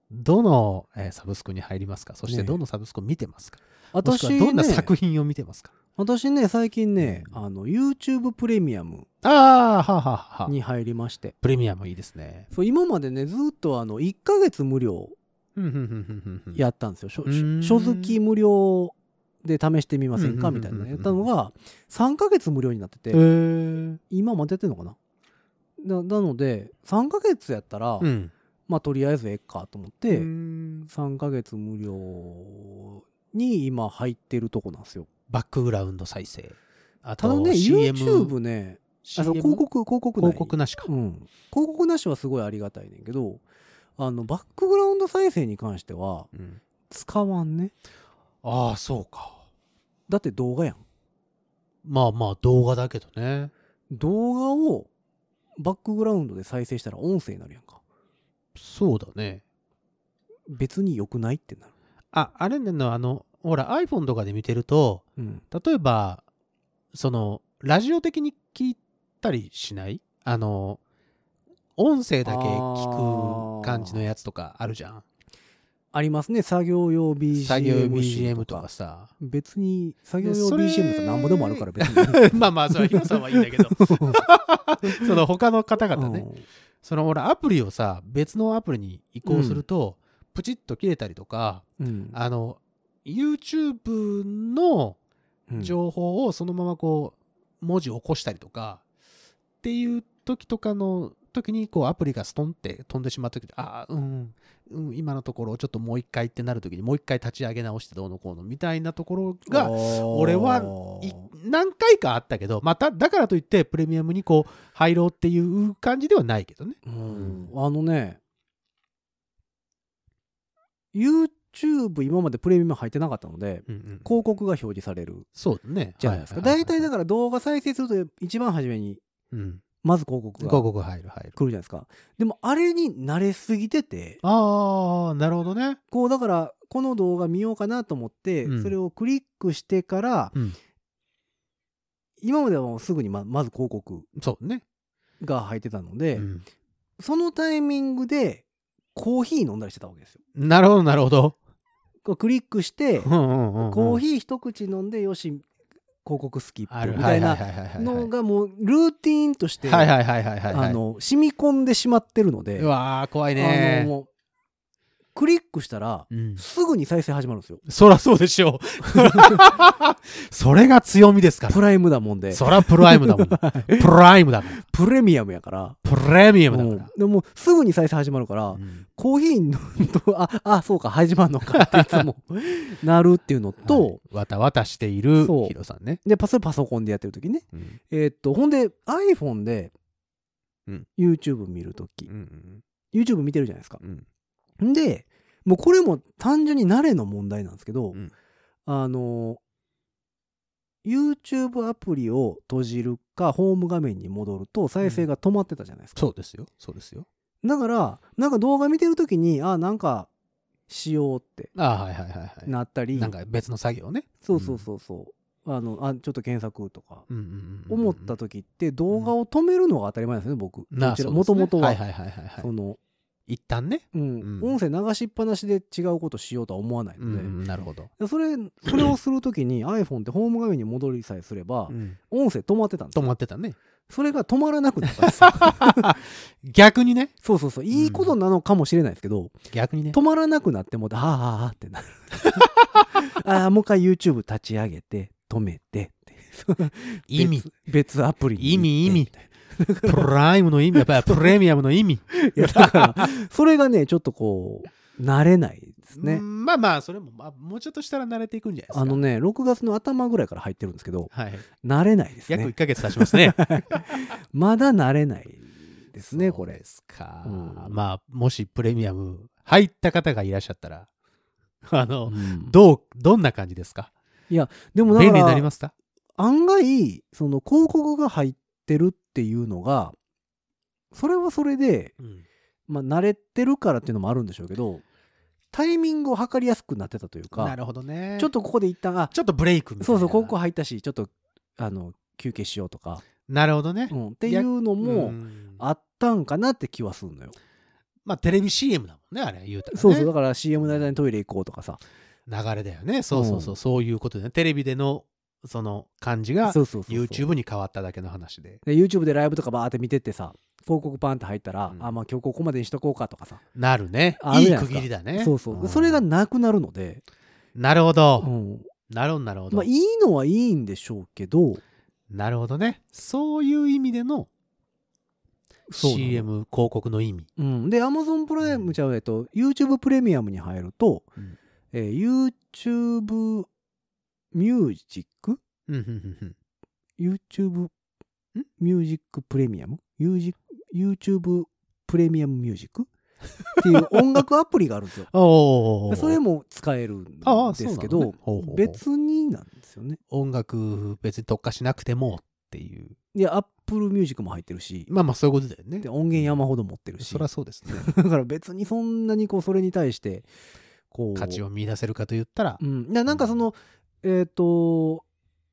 [SPEAKER 3] どの、えーサブスクに入りますかそして
[SPEAKER 2] ね
[SPEAKER 3] どのサブスクを見てますか、もし
[SPEAKER 2] 私
[SPEAKER 3] くは
[SPEAKER 2] ね、
[SPEAKER 3] どんな作品を見てますか
[SPEAKER 2] 私ね、最近ね、あの、YouTube プレミアム
[SPEAKER 3] ああはあはあはあ
[SPEAKER 2] に入りまして、
[SPEAKER 3] プレミアムいいですね。
[SPEAKER 2] そう今までね、ずっとあの、1ヶ月無料
[SPEAKER 3] や
[SPEAKER 2] やったんですよ。書
[SPEAKER 3] うーん
[SPEAKER 2] 書付き無料で試してみませんか
[SPEAKER 3] うん
[SPEAKER 2] み
[SPEAKER 3] うん
[SPEAKER 2] た
[SPEAKER 3] う
[SPEAKER 2] い
[SPEAKER 3] んうんうん
[SPEAKER 2] なのやったのが、3ヶ月無料になってて、
[SPEAKER 3] うん
[SPEAKER 2] 今までやってんのかなななので3ヶ月やったら、
[SPEAKER 3] うん
[SPEAKER 2] まあとりあえずええかと思っ
[SPEAKER 3] う
[SPEAKER 2] て、
[SPEAKER 3] ん
[SPEAKER 2] 3ヶ月無料に今入ってるとこなんですよ
[SPEAKER 3] バックグラウンド再生。あ
[SPEAKER 2] た
[SPEAKER 3] と
[SPEAKER 2] だね
[SPEAKER 3] CM
[SPEAKER 2] YouTube ねあ
[SPEAKER 3] CM
[SPEAKER 2] の広告広告ない
[SPEAKER 3] 広告なしか。
[SPEAKER 2] うん、広告なしはすごいありがたいねんけどあのバックグラウンド再生に関しては
[SPEAKER 3] うん
[SPEAKER 2] 使わんね
[SPEAKER 3] ああ、そうか。
[SPEAKER 2] だって動画やん
[SPEAKER 3] まあまあ動画だけどね。
[SPEAKER 2] 動画をバックグラウンドで再生したら音声になるやんか
[SPEAKER 3] そうだね。
[SPEAKER 2] 別に良くないってなる
[SPEAKER 3] あ、あれねの、あの、ほら iPhone とかで見てると、
[SPEAKER 2] うん
[SPEAKER 3] 例えば、その、ラジオ的に聞いたりしないあの、音声だけ聞く感じのやつとかあるじゃん。
[SPEAKER 2] ありますね作業用 BGM
[SPEAKER 3] 作業 BGM とかさ。
[SPEAKER 2] 別に作業
[SPEAKER 3] で
[SPEAKER 2] 用
[SPEAKER 3] それ
[SPEAKER 2] BGM とかなんぼでもあるから 別に
[SPEAKER 3] まあまあ、それはヒロさんはいいんだ けど。その他の方々ね。そのほら、アプリをさ、別のアプリに移行すると、プチッと切れたりとか、
[SPEAKER 2] うん
[SPEAKER 3] あの、YouTube の
[SPEAKER 2] うん
[SPEAKER 3] 情報をそのままこう、文字を起こしたりとか、っていう時とかの、時にこう、アプリがストンって飛んでしまう時ああ、うん、うん、今のところちょっともう一回ってなる時にもう一回立ち上げ直してどうのこうのみたいなところが俺
[SPEAKER 2] 俺
[SPEAKER 3] はい何回かあったけどまただからといってプレミアムにこう入ろうっていう感じではないけどね
[SPEAKER 2] うん、あのね YouTube 今までプレミアム入ってなかったので
[SPEAKER 3] うんうん
[SPEAKER 2] 広告が表示される
[SPEAKER 3] そうだね
[SPEAKER 2] じゃないですか
[SPEAKER 3] ははは
[SPEAKER 2] 大体だから動画再生すると一番初めに
[SPEAKER 3] うん
[SPEAKER 2] まず広告が
[SPEAKER 3] 広告入る入る
[SPEAKER 2] 来るじゃないですかでもあれに慣れすぎてて
[SPEAKER 3] ああなるほどね
[SPEAKER 2] こうだからこの動画見ようかなと思って、
[SPEAKER 3] うん
[SPEAKER 2] それをクリックしてから、
[SPEAKER 3] うん
[SPEAKER 2] 今まではもうすぐにままず広告
[SPEAKER 3] そうね
[SPEAKER 2] が入ってたので、
[SPEAKER 3] うん
[SPEAKER 2] そのタイミングでコーヒー飲んだりしてたわけですよ。
[SPEAKER 3] なるほどなるほど
[SPEAKER 2] こうクリックして
[SPEAKER 3] う、ん うんうんうん
[SPEAKER 2] コーヒー一口飲んでよし広告スキッ
[SPEAKER 3] ある
[SPEAKER 2] プみたい
[SPEAKER 3] は
[SPEAKER 2] な
[SPEAKER 3] ははいはいはい
[SPEAKER 2] のがもうルーティーンとして、
[SPEAKER 3] はいはいはいはいはいはい
[SPEAKER 2] あの染み込んでしまってるので
[SPEAKER 3] う、わー怖い
[SPEAKER 2] あの
[SPEAKER 3] ね
[SPEAKER 2] もうクリックしたら
[SPEAKER 3] うん
[SPEAKER 2] すぐに再生始まるんですよ。
[SPEAKER 3] そらそうでし ょうそれが強みですから
[SPEAKER 2] プライムだもんで
[SPEAKER 3] そらプライムだ もん。プライムだから。
[SPEAKER 2] プレミアムやから。
[SPEAKER 3] プレミア
[SPEAKER 2] う
[SPEAKER 3] ムだ
[SPEAKER 2] ん
[SPEAKER 3] か
[SPEAKER 2] でもすぐに再生始まるから、
[SPEAKER 3] ら。うん
[SPEAKER 2] コーヒー飲むと ああそうか始まるのかっていつ もなるっていうのと、
[SPEAKER 3] はいわたわたしている
[SPEAKER 2] そう
[SPEAKER 3] ヒロさんね。
[SPEAKER 2] でパソパソコンでやってる時ね
[SPEAKER 3] うん
[SPEAKER 2] えーっとほんで iPhone で
[SPEAKER 3] うん
[SPEAKER 2] YouTube 見る時、
[SPEAKER 3] うん
[SPEAKER 2] YouTube 見てるじゃないですか
[SPEAKER 3] うん
[SPEAKER 2] んでもうこれも単純に慣れの問題なんですけど、
[SPEAKER 3] うん
[SPEAKER 2] あの YouTube アプリを閉じるかホーム画面に戻ると再生が止まってたじゃないですか、
[SPEAKER 3] そうですよ。そうですよ。
[SPEAKER 2] だからなんか動画見てる時にあなんかしようって
[SPEAKER 3] ああはいはいはいはい。
[SPEAKER 2] なったり
[SPEAKER 3] なんか別の作業ね。
[SPEAKER 2] そうそうそうそう、あのあちょっと検索とか
[SPEAKER 3] うんうんうんうん
[SPEAKER 2] 思った時って動画を止めるのが当たり前なんですよね僕
[SPEAKER 3] なあ
[SPEAKER 2] どちら
[SPEAKER 3] そう
[SPEAKER 2] も
[SPEAKER 3] です
[SPEAKER 2] と
[SPEAKER 3] ね
[SPEAKER 2] もとは,、
[SPEAKER 3] はいはいはいはいは
[SPEAKER 2] そ
[SPEAKER 3] い。
[SPEAKER 2] の、
[SPEAKER 3] 一旦ね。
[SPEAKER 2] うん
[SPEAKER 3] うん
[SPEAKER 2] 音声流しっぱなしで違うことしようとは思わないの
[SPEAKER 3] う
[SPEAKER 2] で、
[SPEAKER 3] んなるほど。
[SPEAKER 2] それそれをする時に iPhone ってホーム画面に戻りさえすれば
[SPEAKER 3] うん
[SPEAKER 2] 音声止まってたんです
[SPEAKER 3] 止
[SPEAKER 2] よ
[SPEAKER 3] まってたね。
[SPEAKER 2] それが止まらなくなったんです よ
[SPEAKER 3] 逆にね。
[SPEAKER 2] そうそうそういいことなのかもしれないですけど、
[SPEAKER 3] 逆にね。
[SPEAKER 2] 止まらなくなってもうてあーあーあーってなる ああもう一回 YouTube 立ち上げて止めてって
[SPEAKER 3] 意味。
[SPEAKER 2] 別別アプリに
[SPEAKER 3] 意味意
[SPEAKER 2] 行っ
[SPEAKER 3] 味
[SPEAKER 2] て。
[SPEAKER 3] プライムの意味。やっぱりプレミアムの意味。
[SPEAKER 2] いやだからそれがねちょっとこう慣れないです
[SPEAKER 3] う
[SPEAKER 2] ね
[SPEAKER 3] んまあまあ、それも、まあ、もうちょっとしたら慣れていくんじゃないですか。
[SPEAKER 2] あのね6月の頭ぐらいから入ってるんですけど
[SPEAKER 3] はい。
[SPEAKER 2] 慣れないです
[SPEAKER 3] 約1
[SPEAKER 2] ね
[SPEAKER 3] ヶ月経ちますね。
[SPEAKER 2] まだ慣れないです ね
[SPEAKER 3] そう
[SPEAKER 2] これ
[SPEAKER 3] ですか、
[SPEAKER 2] うん
[SPEAKER 3] まあ、もしプレミアム入った方がいらっしゃったら、 あの、
[SPEAKER 2] うん
[SPEAKER 3] どう、どんな感じですか
[SPEAKER 2] でもだ
[SPEAKER 3] 便利に
[SPEAKER 2] か
[SPEAKER 3] なり
[SPEAKER 2] ら
[SPEAKER 3] ますか
[SPEAKER 2] 案外その広告が入ってるっていうのがそれはそれでまあ、慣れてるからっていうのもあるんでしょうけどタイミングを測りやすくなってたという
[SPEAKER 3] な
[SPEAKER 2] か
[SPEAKER 3] るほどね。
[SPEAKER 2] ちょっとここで一旦あ
[SPEAKER 3] ちょっとブレイクみたいな。
[SPEAKER 2] そうそうここ入ったしちょっとあの休憩しようと か、
[SPEAKER 3] なるほどね
[SPEAKER 2] う。んっていうの
[SPEAKER 3] う
[SPEAKER 2] も
[SPEAKER 3] ん
[SPEAKER 2] あったんかなって気はするのよ、
[SPEAKER 3] まあ、テレビ CM だもんね、あれ、言うたら、ね。
[SPEAKER 2] そうそうだから CM の間にトイレ行こうとかさ
[SPEAKER 3] 流れだよね。そうそうそう、そういうことでね。テレビでの、その、感じが、
[SPEAKER 2] そうそうそうそう
[SPEAKER 3] YouTube に変わっただけの話で。
[SPEAKER 2] で YouTube でライブとかバーって見てってさ広告パンって入ったら、
[SPEAKER 3] うん
[SPEAKER 2] あまあ今日ここまでにしとこうかとかさ、
[SPEAKER 3] なるね。
[SPEAKER 2] あ
[SPEAKER 3] い
[SPEAKER 2] る
[SPEAKER 3] い
[SPEAKER 2] じゃないで
[SPEAKER 3] 区
[SPEAKER 2] すか
[SPEAKER 3] 切りだね。
[SPEAKER 2] そうそう、で
[SPEAKER 3] ん
[SPEAKER 2] それが、なくなるので、
[SPEAKER 3] なるほど。
[SPEAKER 2] うん
[SPEAKER 3] なるほど、なるほど。
[SPEAKER 2] まあ、いいのはいいんでしょうけど
[SPEAKER 3] なるほどね。そういう意味での
[SPEAKER 2] そうなの
[SPEAKER 3] CM 広告の意味。
[SPEAKER 2] うん、で Amazon プライ
[SPEAKER 3] うん
[SPEAKER 2] ムちゃうえっと YouTube プレミアムに入ると、
[SPEAKER 3] うん
[SPEAKER 2] えー YouTube ミュージック
[SPEAKER 3] うんうんうんうん
[SPEAKER 2] YouTube ミュージックプレミアム Music- YouTube プレミアムミュージックっていう音楽アプリがあるん ですよ
[SPEAKER 3] おー
[SPEAKER 2] それも使えるん
[SPEAKER 3] ああ
[SPEAKER 2] ですけ
[SPEAKER 3] そうな
[SPEAKER 2] ど
[SPEAKER 3] のねほうほうほう
[SPEAKER 2] 別になんですよね
[SPEAKER 3] 音楽別に特化しなくてもっていう。
[SPEAKER 2] いや Apple ミュージックも入ってるし
[SPEAKER 3] まあまあそういうことだよね
[SPEAKER 2] で。音源山ほど持ってるし
[SPEAKER 3] そりゃそうですね。
[SPEAKER 2] だから別にそんなにこうそれに対してこう
[SPEAKER 3] 価値を見出せるかと言ったら
[SPEAKER 2] う。ん、ななんかその、えっ、と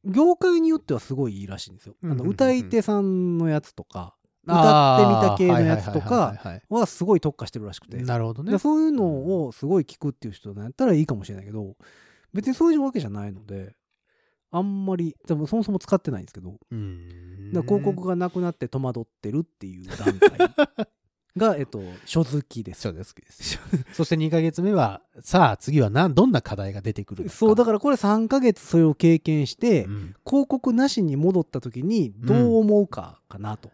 [SPEAKER 2] 業界によってはすごいいいらしいんですよ。あ
[SPEAKER 3] うんうん
[SPEAKER 2] の
[SPEAKER 3] うんうん
[SPEAKER 2] 歌い手さんのやつとか歌ってみた系のやつと
[SPEAKER 3] あーはいはい
[SPEAKER 2] か
[SPEAKER 3] はいはい
[SPEAKER 2] はすごい特化してるらしくて、
[SPEAKER 3] はいなるほど
[SPEAKER 2] だか
[SPEAKER 3] ね
[SPEAKER 2] ら。そういうのをすごい聞くっていう人だったらいいかもしれないけど別にそういうわけじゃないのであんまり多分そもそも使ってないんですけど
[SPEAKER 3] うん
[SPEAKER 2] だから広告がなくなって戸惑ってるっていう段階 が、えっと書好きです
[SPEAKER 3] そう。です。そして2ヶ月目は、さあ次は何、どんな課題が出てくるのか。
[SPEAKER 2] そうだからこれ3ヶ月それを経験して、
[SPEAKER 3] うん
[SPEAKER 2] 広告なしに戻った時にどう思うかかなと、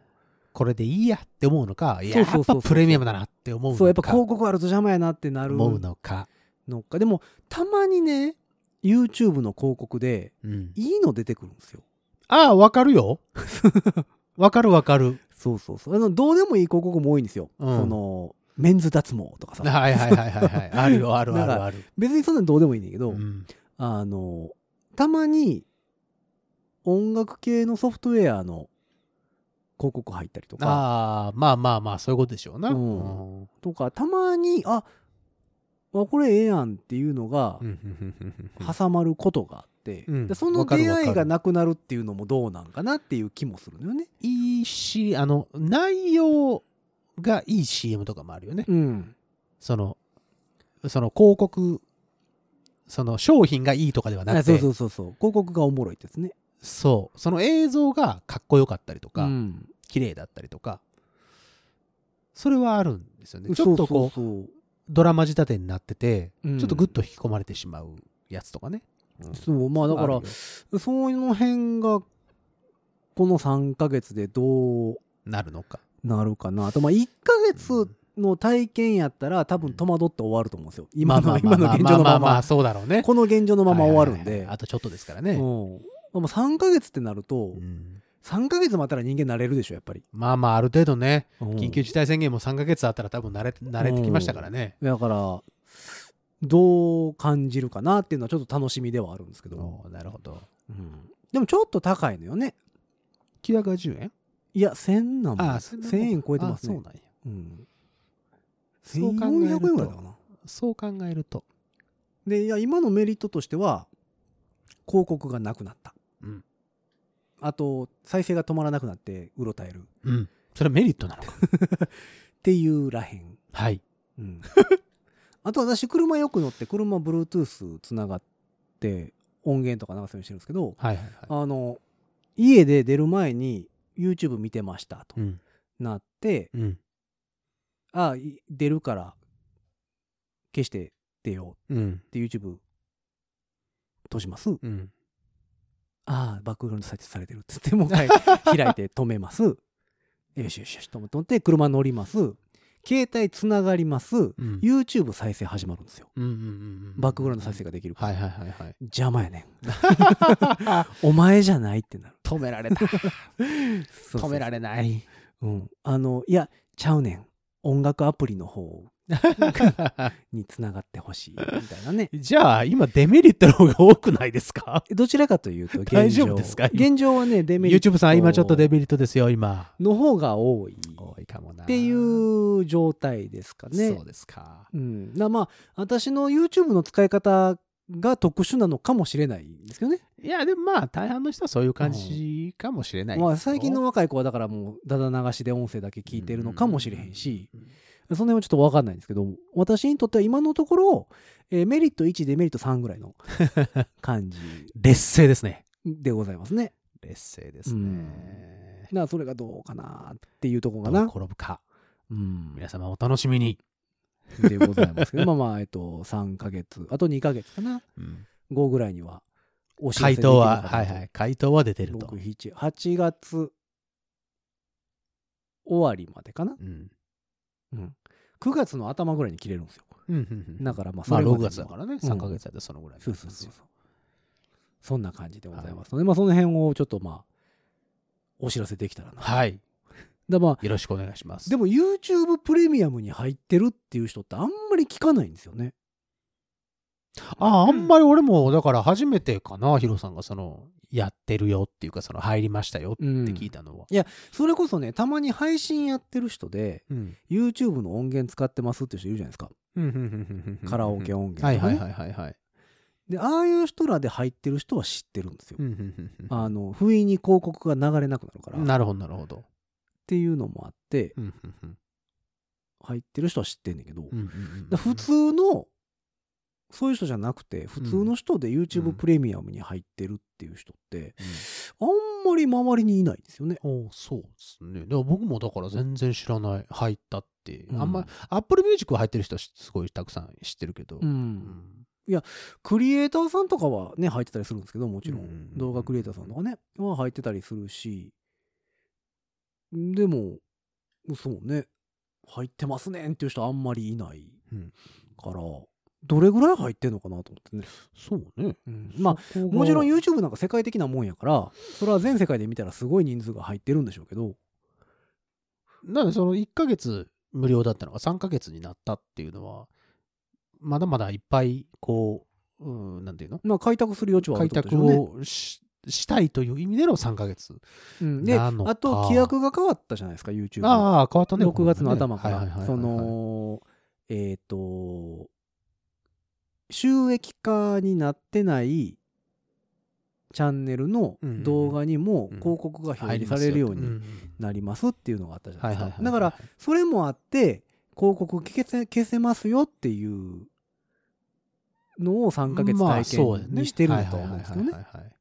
[SPEAKER 3] これでいいやって思うのか、いや、や
[SPEAKER 2] そうそう
[SPEAKER 3] っ
[SPEAKER 2] そう
[SPEAKER 3] ぱ
[SPEAKER 2] そう
[SPEAKER 3] プレミアムだなって思うのか、
[SPEAKER 2] そうやっぱ広告あると邪魔やなってなる
[SPEAKER 3] 思うのか。
[SPEAKER 2] のかでもたまにね YouTube の広告で
[SPEAKER 3] うん、
[SPEAKER 2] いいの出てくるんですよ
[SPEAKER 3] ああ、わかるよ。 わかるわかる。
[SPEAKER 2] そうそうそうあのどうでもいい広告も多いんですよ、
[SPEAKER 3] うん
[SPEAKER 2] そのメンズ脱毛とかさ
[SPEAKER 3] はいはいはいは いはい。あるよ、あるあるある。
[SPEAKER 2] 別にそんなんどうでもいいんだけど、
[SPEAKER 3] うん
[SPEAKER 2] あのたまに音楽系のソフトウェアの広告入ったりとか
[SPEAKER 3] ああ、まあまあまあ、そういうことでしょうな。
[SPEAKER 2] うん
[SPEAKER 3] うん
[SPEAKER 2] とかたまにああこれええやんっていうのが
[SPEAKER 3] うんうんうんうん
[SPEAKER 2] 挟まることがあって、
[SPEAKER 3] うん
[SPEAKER 2] でその
[SPEAKER 3] わかる
[SPEAKER 2] 出
[SPEAKER 3] わかる
[SPEAKER 2] 会いがなくなるっていうのもどうなんかなっていう気もするのよね。
[SPEAKER 3] いいし、あの、内容がいい CM とかもあるよね。
[SPEAKER 2] うん、
[SPEAKER 3] その、その広告、その商品がいいとかではなくて、
[SPEAKER 2] そうそうそうそう広告がおもろいですね。
[SPEAKER 3] そうその映像がかっこよかったりとか、
[SPEAKER 2] うん
[SPEAKER 3] 綺麗だったりとか、それはあるんですよね。ちょっとこう、
[SPEAKER 2] そうそうそう
[SPEAKER 3] ドラマ仕立てになってて、
[SPEAKER 2] うん
[SPEAKER 3] ちょっとグッと引き込まれてしまうやつとかね。うん
[SPEAKER 2] そうまあだか
[SPEAKER 3] あ
[SPEAKER 2] ら
[SPEAKER 3] るよ
[SPEAKER 2] そういうの辺がこの3ヶ月でどう
[SPEAKER 3] なるのか。
[SPEAKER 2] なるかなあとまあ1ヶ月の体験やったら多分戸惑って終わると思うんですよ今の
[SPEAKER 3] まあま
[SPEAKER 2] 今
[SPEAKER 3] あま
[SPEAKER 2] の
[SPEAKER 3] あ
[SPEAKER 2] 現状の
[SPEAKER 3] ま
[SPEAKER 2] ま
[SPEAKER 3] あまあま
[SPEAKER 2] ま
[SPEAKER 3] あ、そうだろうね。
[SPEAKER 2] この現状のまま終わるん
[SPEAKER 3] はいは
[SPEAKER 2] で
[SPEAKER 3] いはいあとちょっとですからね。
[SPEAKER 2] うんまあ3ヶ月ってなると
[SPEAKER 3] うん
[SPEAKER 2] 3ヶ月待ったら人間なれるでしょやっぱり
[SPEAKER 3] まあまあ、ある程度ね、
[SPEAKER 2] うん
[SPEAKER 3] 緊急事態宣言も3ヶ月あったら多分慣れ慣れてきましたからね。
[SPEAKER 2] だからどう感じるかなっていうのはちょっと楽しみではあるんですけど
[SPEAKER 3] おーなるほど。
[SPEAKER 2] うんでもちょっと高いのよね
[SPEAKER 3] 980円
[SPEAKER 2] いや1000なんぼ
[SPEAKER 3] ああ、
[SPEAKER 2] 1000円超えてます
[SPEAKER 3] あ
[SPEAKER 2] ね
[SPEAKER 3] そうなんや。
[SPEAKER 2] うん
[SPEAKER 3] そう考え
[SPEAKER 2] 1400円
[SPEAKER 3] る
[SPEAKER 2] ぐらいだか
[SPEAKER 3] と、
[SPEAKER 2] な
[SPEAKER 3] そう考えると、
[SPEAKER 2] でいや今のメリットとしては広告がなくなった、
[SPEAKER 3] うん
[SPEAKER 2] あと再生が止まらなくなってうろたえるっ
[SPEAKER 3] うん。それはメリットなのか。
[SPEAKER 2] ていうらへん、
[SPEAKER 3] はい。
[SPEAKER 2] うん、あと私車よく乗って車 Bluetooth つながって音源とか流すようにしてるんですけど
[SPEAKER 3] はいはいはい。
[SPEAKER 2] あの家で出る前に YouTube 見てましたと
[SPEAKER 3] うん。
[SPEAKER 2] なって、
[SPEAKER 3] うん。
[SPEAKER 2] あい出るから消して出よ
[SPEAKER 3] うん
[SPEAKER 2] うっ。て YouTube とします
[SPEAKER 3] うん。
[SPEAKER 2] ああ、バックグラウンド再生されてるっつって、 もう一回開いて止めます。よしよしよし、止め止めて、車乗ります。携帯つながります。
[SPEAKER 3] うん。
[SPEAKER 2] YouTube 再生始まるんですよ。
[SPEAKER 3] うんうんうんうん
[SPEAKER 2] バックグラウンド再生ができるから。
[SPEAKER 3] はいはいはいはい。
[SPEAKER 2] 邪魔やねん。お前じゃないってなる。
[SPEAKER 3] 止められた。
[SPEAKER 2] 止
[SPEAKER 3] 止めら
[SPEAKER 2] れ
[SPEAKER 3] れない。。
[SPEAKER 2] うん。あの、いや、ちゃうねん。音楽アプリの方につながってほしい。みたいなね
[SPEAKER 3] じゃあ、今デメリットの方が多くないですか
[SPEAKER 2] どちらかというと、現状。
[SPEAKER 3] 大丈夫ですか
[SPEAKER 2] 現状はね、デメリット。
[SPEAKER 3] ?YouTube さん、今ちょっとデメリットですよ、今。
[SPEAKER 2] の方が多い。
[SPEAKER 3] 多いかもな。
[SPEAKER 2] って
[SPEAKER 3] う
[SPEAKER 2] いう状態ですかね。
[SPEAKER 3] そうですか。
[SPEAKER 2] うん、だまあ私の YouTube の使い方が特殊なのかもしれないんですけどね、
[SPEAKER 3] いや、でもまあ、大半の人はそういう感じかもしれないですよ
[SPEAKER 2] まあ、最近の若い子はだからもうだだ流しで音声だけ聞いてるのかもしれへんし、
[SPEAKER 3] うん
[SPEAKER 2] その辺はちょっと分かんないんですけど私にとっては今のところ、えーメリット1デメリット3ぐらい の感じ
[SPEAKER 3] 劣勢ですね。
[SPEAKER 2] でございますね
[SPEAKER 3] 劣勢です
[SPEAKER 2] うん
[SPEAKER 3] ね。
[SPEAKER 2] だからそれがどうかなっていうところ
[SPEAKER 3] ど
[SPEAKER 2] か
[SPEAKER 3] う
[SPEAKER 2] な
[SPEAKER 3] 転ぶか。
[SPEAKER 2] うん
[SPEAKER 3] 皆様お楽しみに。
[SPEAKER 2] でございますけ どまあまあえっと3ヶ月あと2ヶ月かな5ぐらいにはお知らせ
[SPEAKER 3] 回
[SPEAKER 2] できる
[SPEAKER 3] 答は、
[SPEAKER 2] かなと
[SPEAKER 3] はいはい、回答は出てると
[SPEAKER 2] 6。7 8月終わりまでかな、
[SPEAKER 3] うん
[SPEAKER 2] うん、9月の頭ぐらいに切れるんですよ
[SPEAKER 3] うんうんうん
[SPEAKER 2] だからまあ
[SPEAKER 3] まあ
[SPEAKER 2] れまで
[SPEAKER 3] 6月だからね、
[SPEAKER 2] うん
[SPEAKER 3] 3ヶ月だとそのぐらいに
[SPEAKER 2] そう
[SPEAKER 3] なり
[SPEAKER 2] そう
[SPEAKER 3] ます
[SPEAKER 2] そ
[SPEAKER 3] よ
[SPEAKER 2] うそうそんな感じでございますので、まあその辺をちょっとまあお知らせできたらな、
[SPEAKER 3] はい。
[SPEAKER 2] だまあ
[SPEAKER 3] よろしくお願いします。
[SPEAKER 2] でも YouTube プレミアムに入ってるっていう人ってあんまり聞かないんですよね
[SPEAKER 3] ああ、あんまり俺も、だから初めてかな、ヒロさんがその、やってるよっていうか、その、入りましたよって
[SPEAKER 2] うん
[SPEAKER 3] 聞いたのは。
[SPEAKER 2] それこそねたまに配信やってる人で
[SPEAKER 3] うん。
[SPEAKER 2] YouTube の音源使ってますって人いるじゃないですか、カラオケ音源とか
[SPEAKER 3] は
[SPEAKER 2] ね
[SPEAKER 3] いはいはいはいはい。
[SPEAKER 2] でああいう人らで入ってる人は知ってるんですよ、
[SPEAKER 3] うんうんうん
[SPEAKER 2] あの不意に広告が流れなくなるから
[SPEAKER 3] うん
[SPEAKER 2] っ
[SPEAKER 3] なるほどなるほど。
[SPEAKER 2] ていうのもあって
[SPEAKER 3] うんうんうん
[SPEAKER 2] 入ってる人は知ってんねんけど、
[SPEAKER 3] うんうんう
[SPEAKER 2] だ
[SPEAKER 3] ん
[SPEAKER 2] 普通のそういう人じゃなくて普通の人で
[SPEAKER 3] う
[SPEAKER 2] YouTube
[SPEAKER 3] ん
[SPEAKER 2] プレミアムに入ってるっていう人ってあんまり周りにいないんですよね。
[SPEAKER 3] おうそうですね。でも僕もだから全然知らない。入ったって。
[SPEAKER 2] うん
[SPEAKER 3] あんま、Apple Music は入ってる人はすごいたくさん知ってるけど。
[SPEAKER 2] う、
[SPEAKER 3] うんん
[SPEAKER 2] クリエイターさんとかはね入ってたりするんですけどもちろん、
[SPEAKER 3] うん
[SPEAKER 2] 動画クリエイターさんとかねは入ってたりするしでもそうね入ってますねんっていう人あんまりいない
[SPEAKER 3] うん
[SPEAKER 2] から、どれぐらい入ってんのかなと思ってね、
[SPEAKER 3] そうね。
[SPEAKER 2] まあ
[SPEAKER 3] そこが
[SPEAKER 2] もちろん YouTube なんか世界的なもんやからそれは全世界で見たらすごい人数が入ってるんでしょうけど
[SPEAKER 3] なんでその1ヶ月無料だったのが3ヶ月になったっていうのは、まだまだいっぱい、こう、うん、なんていうの
[SPEAKER 2] まあ開拓する余地はある
[SPEAKER 3] 開
[SPEAKER 2] ってことで
[SPEAKER 3] 拓
[SPEAKER 2] しょうね。
[SPEAKER 3] をししたいという意味での3ヶ月。
[SPEAKER 2] うんで
[SPEAKER 3] なのか
[SPEAKER 2] あと規約が変わったじゃないですか YouTube の
[SPEAKER 3] ああ、変わったね。
[SPEAKER 2] 6月の頭か
[SPEAKER 3] はいはいはいは
[SPEAKER 2] ら
[SPEAKER 3] い
[SPEAKER 2] そ、のえっ、と収益化になってないチャンネルの
[SPEAKER 3] うんうんうん
[SPEAKER 2] 動画にも
[SPEAKER 3] うん
[SPEAKER 2] 広告が表
[SPEAKER 3] 入り
[SPEAKER 2] 示
[SPEAKER 3] ま
[SPEAKER 2] さ
[SPEAKER 3] す
[SPEAKER 2] れるよ
[SPEAKER 3] と
[SPEAKER 2] うに、なりますっていうのがあったじゃな
[SPEAKER 3] はいい
[SPEAKER 2] で
[SPEAKER 3] はい
[SPEAKER 2] す
[SPEAKER 3] は
[SPEAKER 2] か
[SPEAKER 3] い。
[SPEAKER 2] だから、それもあって広告消せ消せますよっていうのを3ヶ月体験にしてるんだと思うんですけどね
[SPEAKER 3] まあ。そうだよね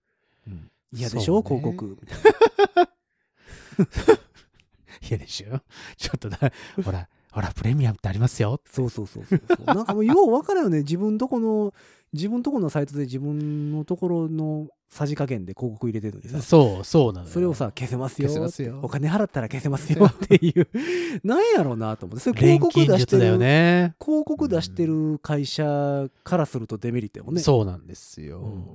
[SPEAKER 2] うん嫌でしょ、
[SPEAKER 3] そうね
[SPEAKER 2] 広告みたい
[SPEAKER 3] いやでしょ。 ちょ っとだ、ほら、ほら、プレミアムってありますよ。
[SPEAKER 2] そうそうそうそうそう。なんかもうよう分からんよね。自分とこの、自分とこのサイトで自分のところのさじ加減で広告入れてるのにさ。
[SPEAKER 3] そう、そうなのよ
[SPEAKER 2] それをさ、消せますよ。
[SPEAKER 3] 消せますよ
[SPEAKER 2] お金払ったら消せますよっていう。 なんやろうなと思って。それ広
[SPEAKER 3] 錬
[SPEAKER 2] 告
[SPEAKER 3] 金
[SPEAKER 2] 出して
[SPEAKER 3] 術だ
[SPEAKER 2] る、
[SPEAKER 3] よね。
[SPEAKER 2] 広告出してる会社からするとデメリットやもんね。
[SPEAKER 3] そうなんですよ。
[SPEAKER 2] うん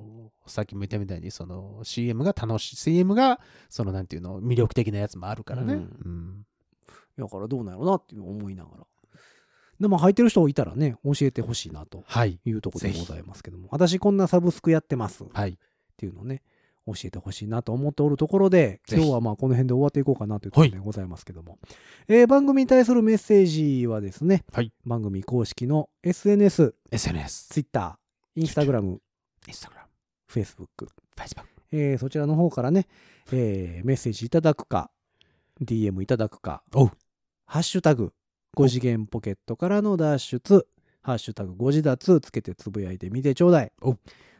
[SPEAKER 3] さっきも言ったみたいに、その CM が楽しい、CM が、そのなんていうの、魅力的なやつもあるからね。
[SPEAKER 2] う
[SPEAKER 3] うんん。
[SPEAKER 2] だからどうなんやろうなって思いながら。でも入ってる人いたらね、教えてほしいなと
[SPEAKER 3] はい。
[SPEAKER 2] いうところで
[SPEAKER 3] ぜ
[SPEAKER 2] ご
[SPEAKER 3] ひ
[SPEAKER 2] ざいますけども。私こんなサブスクやってます。
[SPEAKER 3] はい。
[SPEAKER 2] っていうのをね教えてほしいなと思っておるところで
[SPEAKER 3] ぜ
[SPEAKER 2] 今
[SPEAKER 3] ひ
[SPEAKER 2] 日はまあこの辺で終わっていこうかなというところでございますけども、えー番組に対するメッセージはですね、
[SPEAKER 3] はい
[SPEAKER 2] 番組公式の SNS、
[SPEAKER 3] SNS、
[SPEAKER 2] Twitter、Instagram、
[SPEAKER 3] Instagram、
[SPEAKER 2] Facebook、
[SPEAKER 3] Facebook。
[SPEAKER 2] えーそちらの方からね、えーメッセージいただくか DM いただくか
[SPEAKER 3] おう
[SPEAKER 2] ハッシュタグ5次元ポケットからの脱出ハッシュタグ5次脱つけてつぶやいてみてちょうだい
[SPEAKER 3] おう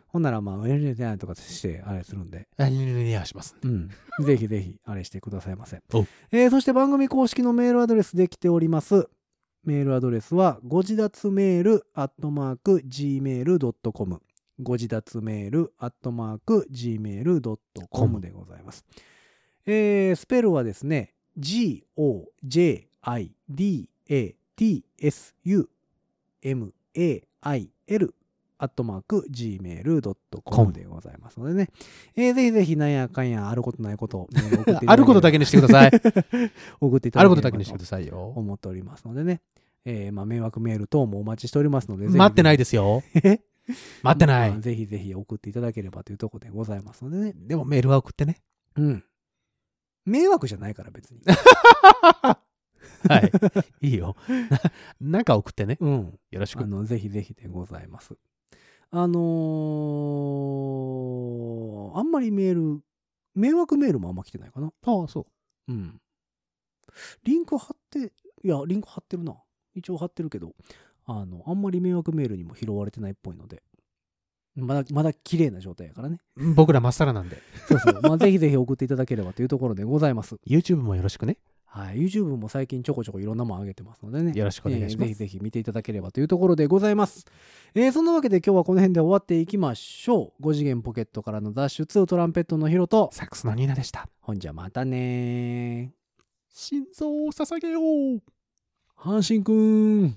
[SPEAKER 2] ほんならまあウェルネとかしてあれするんで
[SPEAKER 3] あ、ニュニアしますんで。
[SPEAKER 2] うん、ぜひぜひあれしてくださいませ
[SPEAKER 3] お、
[SPEAKER 2] えーそして番組公式のメールアドレスで来ておりますメールアドレスはご自立メールアットマーク gmail.com ご自立メールアットマーク gmail.com でございます、えースペルはですね gojidatsu mail アットマーク gmail.com でございますのでね、えーぜひぜひなんやかんやあることない ことをメール送っていただければ
[SPEAKER 3] あることだけにしてくだ さい。
[SPEAKER 2] 送っていた
[SPEAKER 3] あ
[SPEAKER 2] だ
[SPEAKER 3] る
[SPEAKER 2] ければ
[SPEAKER 3] ことだけ
[SPEAKER 2] と
[SPEAKER 3] にしてくださいよ。
[SPEAKER 2] 思っておりますのでね、えーまあ、迷惑メール等もお待ちしておりますので
[SPEAKER 3] 待ってない
[SPEAKER 2] で
[SPEAKER 3] です よ。
[SPEAKER 2] す
[SPEAKER 3] 待ってない。
[SPEAKER 2] ぜひぜひ送っていただければというところでございますのでね
[SPEAKER 3] でもメールは送ってね。
[SPEAKER 2] うん迷惑じゃないから別 に
[SPEAKER 3] はい。いいよ。 ななんか送ってね。
[SPEAKER 2] うん
[SPEAKER 3] よろし
[SPEAKER 2] あ
[SPEAKER 3] く。
[SPEAKER 2] のぜひぜひでございますあのーあんまりメール迷惑メールもあんま来てないかな
[SPEAKER 3] ああ、そう。
[SPEAKER 2] うん。リンク貼って、いや、リンク貼ってるな。一応貼ってるけど、あの、あんまり迷惑メールにも拾われてないっぽいので、まだ、まだ綺麗な状態やからね。
[SPEAKER 3] 僕らまっさらなんで。
[SPEAKER 2] そうそう。まあ、ぜひぜひ送っていただければというところでございます。
[SPEAKER 3] YouTube もよろしくね。
[SPEAKER 2] はい。YouTube も最近ちょこちょこいろんなもん上げてますのでね。
[SPEAKER 3] よろしくお願いしま
[SPEAKER 2] えーぜひ
[SPEAKER 3] す。
[SPEAKER 2] ぜひ見ていただければというところでございます。えーそんなわけで今日はこの辺で終わっていきましょう。5次元ポケットからの脱出トランペットのヒロと、
[SPEAKER 3] サックスのニーナでした。
[SPEAKER 2] ほんじゃまたね
[SPEAKER 3] 心臓を捧げよう。
[SPEAKER 2] ー。阪神くん。